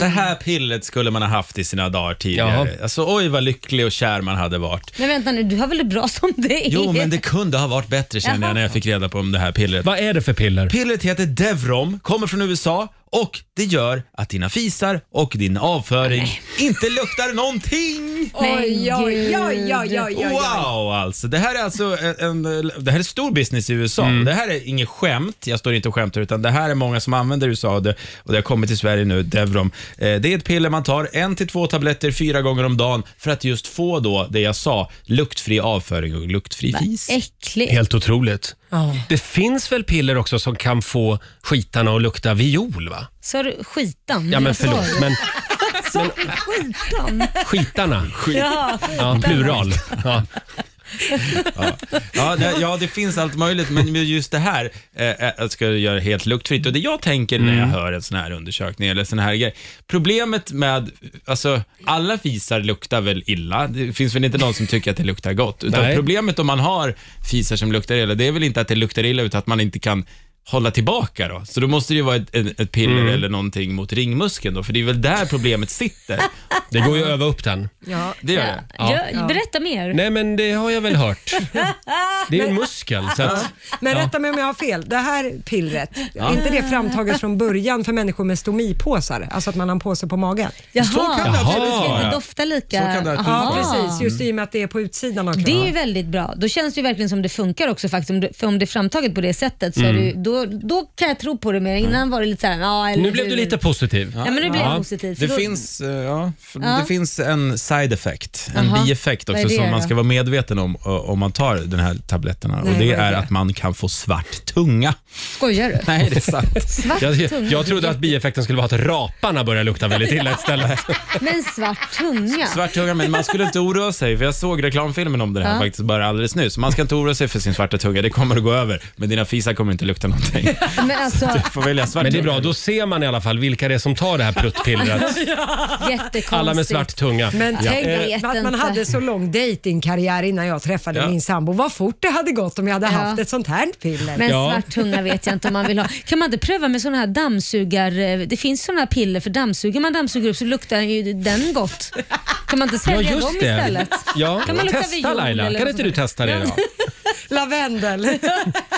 Det här pillet skulle man ha haft i sina dagar tidigare.
Jaha.
Alltså, oj vad lycklig och kär man hade varit.
Men vänta nu, du har väl det bra som det är?
Jo, men det kunde ha varit bättre kände jag när jag fick reda på om det här pillret.
Vad är det för piller?
Pillret heter Devrom, kommer från USA och det gör att dina fisar och din avföring inte luktar någonting.
Oj,
Men
oj, oj,
gud.
oj, oj, oj, oj.
Wow alltså. Det här är alltså en, en, det här är stor business i USA. Det här är inget skämt, jag står inte och skämtar, utan det här är många som använder i USA och det, och det har kommit till Sverige nu, Devrom. Eh, det är ett piller man tar en till två tabletter fyra gånger om dagen för att just få då det jag sa, luktfri avföring och luktfri fis.
Äckligt.
Helt otroligt.
Ja.
Det finns väl piller också som kan få skitarna att lukta viol? va?
Sa du skitan?
Ja, men
Vad sa
förlåt.
du?
Men
Sa du skitan?
skitarna.
Ja.
Ja, plural. Ja.
Ja, det, ja, det finns allt möjligt, men med just det här eh, eh, ska jag göra helt luktfritt. Och det jag tänker när jag hör en sån här undersökning eller sån här grej. Problemet med, alltså alla fisar luktar väl illa. Det finns väl inte någon som tycker att det luktar gott. Utan
Nej.
problemet om man har fisar som luktar illa, det är väl inte att det luktar illa, utan att man inte kan hålla tillbaka då. Så då måste det ju vara ett, ett, ett piller eller någonting mot ringmuskeln då, för det är väl där problemet sitter.
Det går ju att öva upp den.
Ja.
Det gör det.
Ja.
Ja, berätta mer.
Nej, men det har jag väl hört. Det är en muskel. Så att,
Men rätta mig om jag har fel. Det här pillret, är inte det framtaget från början för människor med stomipåsar? Alltså att man har en påse på magen?
Jaha,
Så kan det
det
absolut
ska
vara.
inte dofta lika.
Så kan det absolut
Aha.
Ja, precis. Just i och med att det är på utsidan av
Det är ju
kroppen.
väldigt bra. Då känns det ju verkligen som det funkar också faktiskt. Om det- För om det är framtaget på det sättet så är
Mm.
det, ju- då, då kan jag tro på det mer. Innan var det lite såhär, ja eller
nu blev
hur?"
du lite positiv.
Ja, men nu blev
Ja.
jag positiv. för
Det
då-
finns, eh, ja, för
Ja.
det finns en side effect, en
Jaha.
bieffekt
Vad är
också
det
som man
då?
ska vara medveten om eh, om man tar den här tabletterna.
Nej,
och det
vad är
är
det?
att man kan få svart tunga.
Skojar du?
Nej, det är sant.
Svart
Jag,
tunga.
jag trodde att bieffekten skulle vara att raparna börjar lukta väldigt illa istället.
Men svart tunga.
svart tunga, men man skulle inte oroa sig, för jag såg reklamfilmen om det här
Ja.
faktiskt bara alldeles nyss. Man ska inte oroa sig för sin svarta tunga, det kommer att gå över. Men dina fisar kommer inte lukta någonting.
Men alltså
Får välja svart
Men det är
tunga.
bra, då ser man i alla fall vilka det är som tar det här pruttpillret.
jättekonstigt.
Alla med svart tunga.
Men tänk
Jag vet
att man
inte.
hade så lång datingkarriär innan jag träffade
Ja.
min sambo. Vad fort det hade gått om jag hade
Ja.
haft ett sånt här piller.
Men
Ja.
svart tunga vet jag inte om man vill ha. Kan man inte pröva med sådana här dammsugar... Det finns sådana här piller för dammsugar. man dammsuger upp så luktar ju den gott. Kan man inte
Ja,
sälja dem
just det.
istället?
Ja.
Kan man lukta
Testa
viol
Laila,
eller
kan
något
inte
sånt
du
där?
testa det idag?
Lavendel.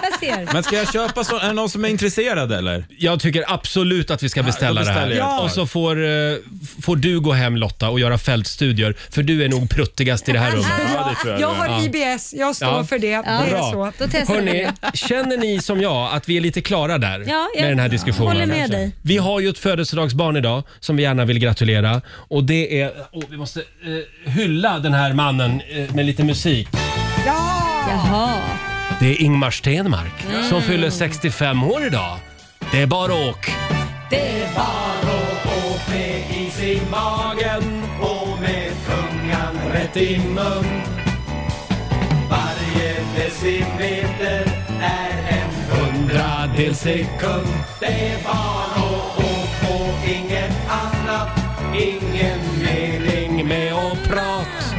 Jag ser.
Men ska jag köpa så? Är det någon som är intresserad eller?
Jag tycker absolut att vi ska beställa
då
det här.
beställer jag ett par.
Och så får, eh, får du gå hem Lotta och göra fältstudier, för du är nog pruttigast i det här rummet.
Ja, det tror
Jag har IBS, jag står
Ja.
för det. Det är
Bra.
så.
Då testar vi
Hörrni,
det.
känner ni som jag att vi är lite klara där
Ja, jag
med den här diskussionen?
håller med dig.
Vi har ju ett födelsedagsbarn idag som vi gärna vill gratulera och det är, åh, vi måste eh, hylla den här mannen eh, med lite musik.
Jaha.
Det är Ingmar Stenmark
Mm.
som fyller 65 år idag. Det är bara åk.
Det är bara...
och med tungan rätt i mun. Varje decimeter är en hundradel sekund. Det är bara att och inget annat, ingen mening med att prat.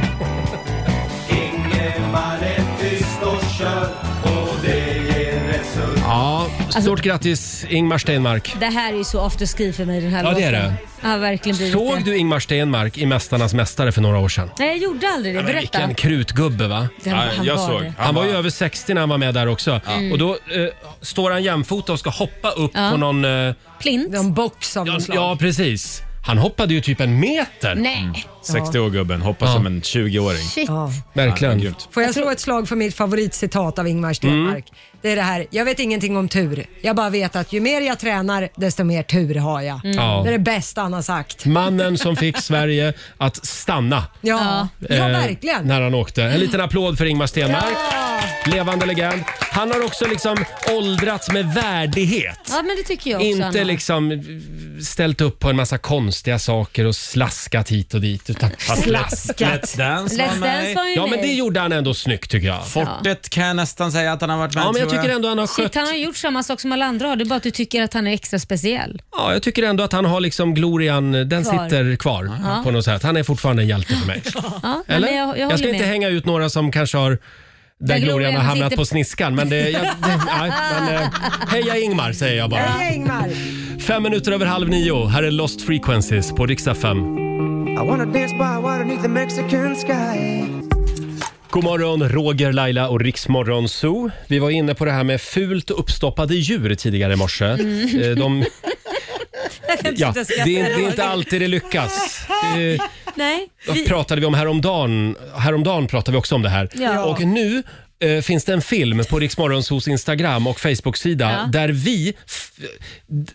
Ingemar är tyst och kör och det ger resultat.
Ja, stort grattis Ingmar Stenmark.
Det här är ju så afterski för mig den här
Ja, det är
låten.
det.
Ja, verkligen blivit det.
Såg du Ingmar Stenmark i Mästarnas Mästare för några år sedan?
Nej, jag gjorde aldrig det.
Men
Berätta.
vilken krutgubbe va?
Den,
Ja, Mm.
han
jag
var
såg.
det.
Han var ju över 60 när han var med där också. Och då eh, står han jämfota och ska hoppa upp på någon... Eh,
Plint.
Någon box av
ja,
något slag.
ja, precis. Han hoppade ju typ en meter.
Nej,
60 år gubben, hoppas som en 20-åring.
shit.
Verkligen.
Ja, grymt.
Får jag slå ett slag för mitt favoritcitat av
Mm.
Ingmar Stenmark? Det är det här, jag vet ingenting om tur. Jag bara vet att ju mer jag tränar, desto mer tur har jag.
Ja.
Det är det bästa han har
Mm.
sagt.
Mannen som fick Sverige att stanna.
Ja, ja.
eh,
verkligen. Mm.
När han åkte. En liten applåd för Ingmar Stenmark. Levande legend. Han har också liksom åldrats med värdighet.
Ja, men det tycker jag också.
Inte
Anna.
liksom ställt upp på en massa konstiga saker och slaskat hit och dit. Utan
Slaskat.
Dance var
Let's Dance
mig.
var ju
Ja, men det
med.
gjorde han ändå snyggt tycker jag.
Fortet kan jag nästan säga att han har varit med
Ja, men jag
tror
tycker ändå han har skött
Shit, han har gjort samma sak som alla andra har. Det är bara att du tycker att han är extra speciell.
Ja, jag tycker ändå att han har liksom glorian, den
Kvar.
sitter kvar på något sätt. Han är fortfarande en hjälte för mig.
Ja, nej,
Eller?
men jag, jag,
ska
håller
inte
med.
hänga ut några som kanske har där
Där
glorian
glorian
har hamnat
sitter-
på sniskan. Men, det, jag, det, nej, men eh, heja Ingmar säger jag bara.
Hej Ingmar!
Fem minuter över halv nio. Här är Lost Frequencies på riksdag 5. God morgon, Roger, Laila och Riksmorgon Zoo. Vi var inne på det här med fult uppstoppade djur tidigare i morse. Eh, De, ja, det, är, det är inte alltid det lyckas. Eh,
Nej,
Vad pratade vi om häromdagen? Häromdagen pratade vi också om det här.
Ja.
Och nu eh, finns det en film på Riksmorgonsos Instagram och Facebook-sida där vi... f- d-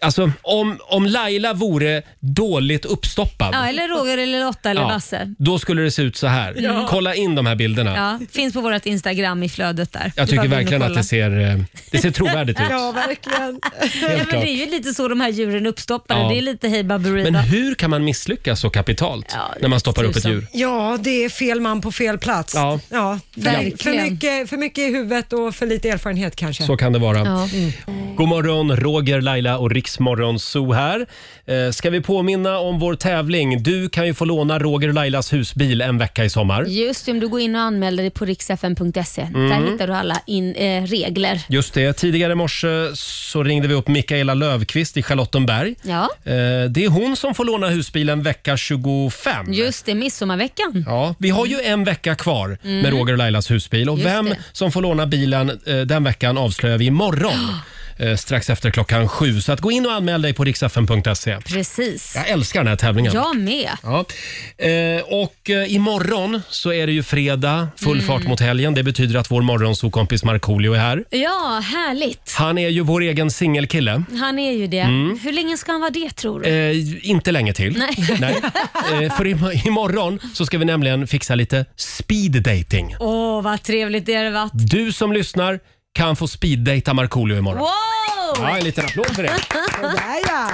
Alltså, om, om Laila vore dåligt uppstoppad,
Ja, eller Roger eller Lotta eller
ja,
Basse.
då skulle det se ut så här. Kolla in de här bilderna.
Ja, finns på vårt Instagram i flödet där.
Jag
Bara
tycker
gå in och
verkligen att
kolla.
det ser, eh, det ser trovärdigt ut.
Ja, verkligen.
Ja,
Helt
men
klart.
det är ju lite så de här djuren är uppstoppade.
Ja.
Det är lite Hej
Men
Baberiba.
hur kan man misslyckas så kapitalt
Ja, det
när man stoppar upp ett
tusan.
djur?
Ja, det är fel man på fel plats.
Ja.
det är
Verkligen.
för, mycket, för mycket i huvudet och för lite erfarenhet kanske.
Så kan det vara. Mm.
Ja.
God morgon, Roger, Laila och Riksmorgon Zoo här. Eh, ska vi påminna om vår tävling? Du kan ju få låna Roger och Lailas husbil en vecka i sommar.
Just det, om du går in och anmäler dig på riksfn.se.
Mhm.
Där hittar du alla in, eh, regler.
Just det. Tidigare i morse så ringde vi upp Mikaela Löfqvist i Charlottenberg.
Ja,
Eh, det är hon som får låna husbilen vecka 25.
just det. Midsommarveckan.
Ja, vi har ju en vecka kvar med Roger och Lailas husbil och
Mm.
vem
Just det.
som får låna bilen eh, den veckan avslöjar vi imorgon eh, strax efter klockan sju. Så att gå in och anmäl dig på riksfn.se.
Precis.
Jag älskar den här tävlingen.
Jag med.
Ja. Eh, och eh, imorgon så är det ju fredag, full
Mm.
fart mot helgen. Det betyder att vår morgonsokompis Markoolio är här.
Ja, härligt.
Han är ju vår egen singelkille.
Han är ju det. Hur länge ska han vara det tror du?
Mm. Eh, inte länge till.
Nej.
Eh, för im- imorgon så ska vi nämligen fixa lite speed dating.
Åh, vad trevligt det har varit.
Du som lyssnar kan få speeddejta Markoolio imorgon.
Wow!
Ja, en liten applåd för det.
Sådär, ja.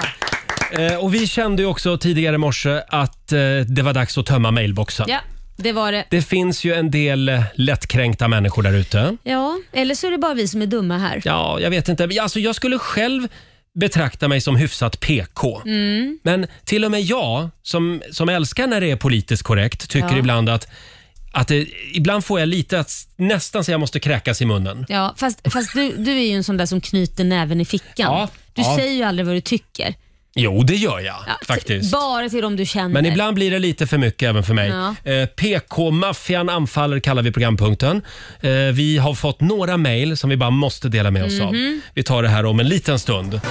Eh, och vi kände ju också tidigare i morse att eh, det var dags att tömma mailboxen.
Ja, det var det.
Det finns ju en del eh, lättkränkta människor där ute.
Ja, eller så är det bara vi som är dumma här.
Ja, jag vet inte. Alltså, jag skulle själv betrakta mig som hyfsat PK.
Mm.
Men till och med jag, som, som älskar när det är politiskt korrekt, tycker
Ja.
ibland att, att det, ibland får jag lite att s- nästan så jag måste kräkas i munnen.
Ja, fast, fast du, du är ju en sån där som knyter näven i fickan.
Ja,
du
ja.
säger ju aldrig vad du tycker.
Jo, det gör jag
Ja,
faktiskt.
Bara till dem du känner.
Men ibland blir det lite för mycket även för mig.
Ja.
Eh, PK-maffian anfaller kallar vi programpunkten. Eh, vi har fått några mejl som vi bara måste dela med oss
Mhm.
av. Vi tar det här om en liten stund.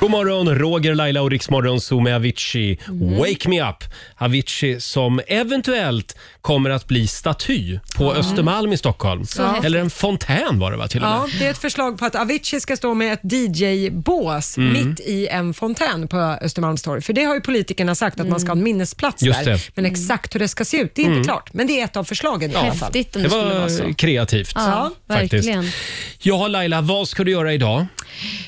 God morgon, Roger, Laila och Riksmorgon Zoo med Avicii.
Mhm.
Wake me up! Avicii som eventuellt kommer att bli staty på Östermalm i Stockholm.
häftigt.
Eller en fontän var det va till och med?
ja, det är ett förslag på att Avicii ska stå med ett DJ-bås
Mm.
mitt i en fontän på Östermalmstorg. För det har ju politikerna sagt att man ska ha en minnesplats
Just
där.
det. Mm.
Men exakt hur det ska se ut, det är inte klart. Men det är ett av förslagen i alla fall.
Häftigt om
Det
det, skulle vara så.
var kreativt.
Ja,
faktiskt.
verkligen.
Ja, Laila, vad ska du göra idag?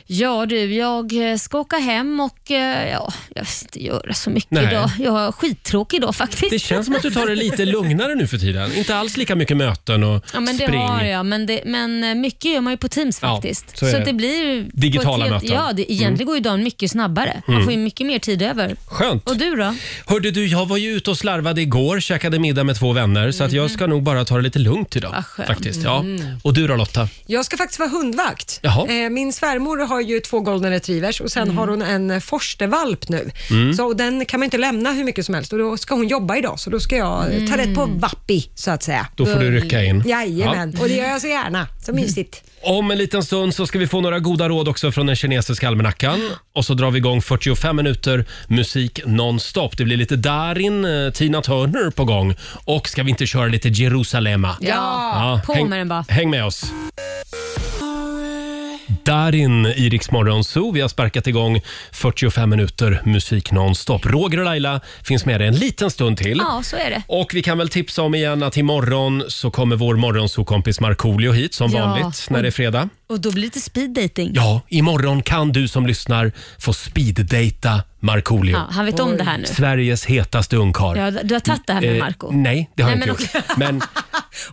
Ja du, jag eh, ska åka hem och eh, ja, jag ska inte göra så mycket
Nej.
idag. Jag har skittråkig idag
Det
faktiskt.
känns som att du tar det lite lugnare nu för tiden. Inte alls lika mycket möten och
Ja, men det
spring.
har jag, men, det, men eh, mycket gör man ju på Teams
Ja,
faktiskt.
så är
så
det.
det. blir ju på
Digitala
ett helt-
möten. Mm.
Ja, det, egentligen går ju dagen mycket snabbare. Man får ju mycket mer tid över.
Skönt.
Och du då?
Hörde du, jag var ju ute och slarvade igår, käkade middag med två vänner, så att jag ska nog bara ta det lite lugnt idag.
Mhm. Vad skönt. Mm.
faktiskt. Ja. Och du då Lotta?
Jag ska faktiskt vara hundvakt.
Jaha. Mm.
Eh, Min svärmor har ju två golden retrievers och sen har hon en eh, forstervalp nu. Så och den kan man inte lämna hur mycket som helst och då ska hon jobba idag så då ska jag eh, ta rätt på
Mm.
Vappi så att säga.
Då får du rycka in.
Jajamän, och det gör jag så gärna. Så mysigt.
Ja. Om en liten stund så ska vi få några goda råd också från den kinesiska almanackan. Och så drar vi igång 45 minuter musik nonstop. Det blir lite Darin, eh, Tina Turner på gång. Och ska vi inte köra lite Jerusalema? Ja,
på
häng,
med den bara.
Häng med oss. Darin i Rix Morgon Zoo. Vi har sparkat igång 45 minuter musik nonstop. Roger och Laila finns med dig en liten stund till.
Ja, så är det.
Och vi kan väl tipsa om igen att imorgon så kommer vår morgonsokompis Markoolio hit som
Ja.
vanligt när det är fredag.
Och då blir det lite speed dating.
Ja, imorgon kan du som lyssnar få speeddejta Markoolio.
Ja, han vet om det här nu.
Sveriges hetaste ungkarl.
Ja, du har tagit det här med
Eh,
Marco
nej, det har
Nej,
jag inte gjort.
men
Men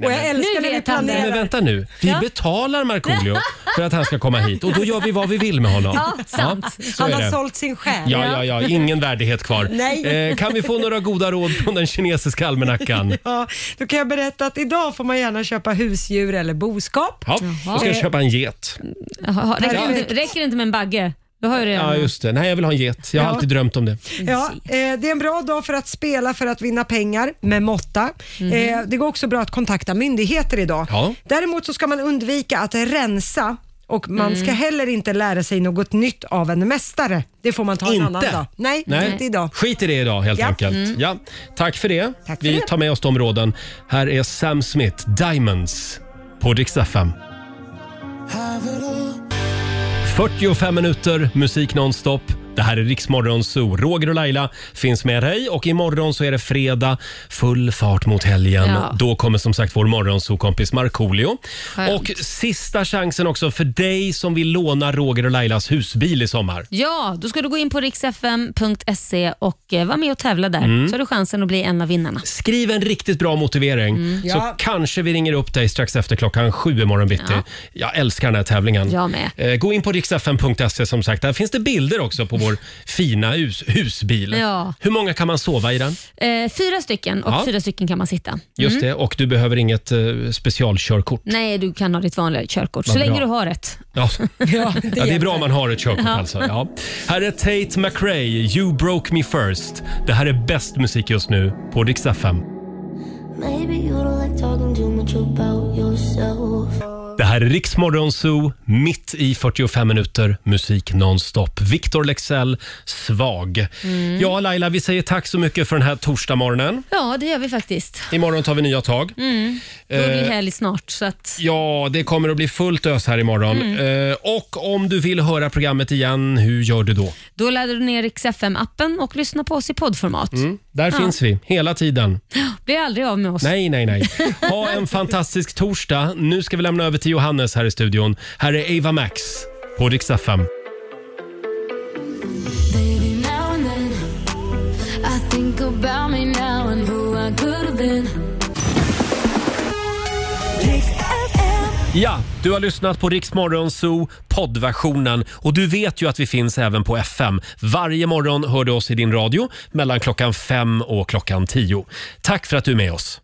Och jag älskar när
Nu
vi
vet han det.
Mm. Nej, men
planerar.
vänta nu. Vi
Ja.
betalar Markoolio för att han ska komma hit och då gör vi vad vi vill med honom.
Ja, sant.
så
Han
är
har
det.
sålt sin själ.
Ja, ja, ja. Ingen värdighet kvar.
Nej.
Eh, kan vi få några goda råd från den kinesiska almanackan?
Ja, då kan jag berätta att idag får man gärna köpa husdjur eller boskap.
Ja, då ska jag köpa en get.
Jaha, räcker,
Perfekt.
det inte, räcker det inte med en bagge? Då har jag redan.
Ja, just det. Nej, jag vill ha en get. Jag har
Mm. Ja.
alltid drömt om det.
Ja, eh, det är en bra dag för att spela för att vinna pengar med måtta. Eh, det går också bra att kontakta myndigheter idag.
Ja.
Däremot så ska man undvika att rensa och man ska heller inte lära sig något nytt av en mästare. Det får man ta en annan dag.
Inte?
Nej, inte idag.
Skit i det idag helt
Ja. Mm.
enkelt. Ja. Tack för det.
Tack för
vi
det.
tar med oss de råden. Här är Sam Smith, Diamonds, på Dix FM. 45 minuter musik nonstop. Det här är Riksmorgon Zoo. Roger och Laila finns med dig och imorgon så är det fredag. Full fart mot helgen.
Ja.
Då kommer som sagt vår morgonzoo-kompis Markoolio.
Skönt.
Och sista chansen också för dig som vill låna Roger och Lailas husbil i sommar.
Ja, då ska du gå in på riksfm.se och eh, vara med och tävla där.
Mm.
Så har du chansen att bli en av vinnarna.
Skriv en riktigt bra motivering så
Ja.
kanske vi ringer upp dig strax efter klockan sju imorgon bitti.
Ja.
Jag älskar den här tävlingen.
Jag med.
Eh, Gå in på riksfn.se som sagt. Där finns det bilder också på vår fina hus, husbil.
Ja.
Hur många kan man sova i den?
Eh, fyra stycken och
Ja.
fyra stycken kan man sitta.
Just det, och du behöver inget eh, specialkörkort.
Nej, du kan ha ditt vanliga körkort så
Vad
länge
bra.
du har ett.
Ja.
Ja,
Ja, det är bra om man har ett körkort alltså. Ja. Här är Tate McRae, You broke me first. Det här är bäst musik just nu på Dix FM. Det här är Riksmorgon Zoo, mitt i 45 minuter musik nonstop. Victor Lexell, Svag. Ja, Laila, vi säger tack så mycket för den här torsdagsmorgonen.
Ja, det gör vi faktiskt.
Imorgon tar vi nya tag.
Då är det ju helg snart. Så att,
Ja, det kommer att bli fullt ös här imorgon. Eh, och om du vill höra programmet igen, hur gör du då?
då laddar du ner Rix FM-appen och lyssnar på oss i poddformat.
Där finns vi hela tiden.
Blir aldrig av med oss.
Nej, nej, nej. Ha en fantastisk torsdag. Nu ska vi lämna över till Johannes här i studion. Här är Ava Max på Rix FM. Ja, du har lyssnat på Rix Morgon Zoo poddversionen och du vet ju att vi finns även på FM. Varje morgon hör du oss i din radio mellan klockan fem och klockan tio. Tack för att du är med oss.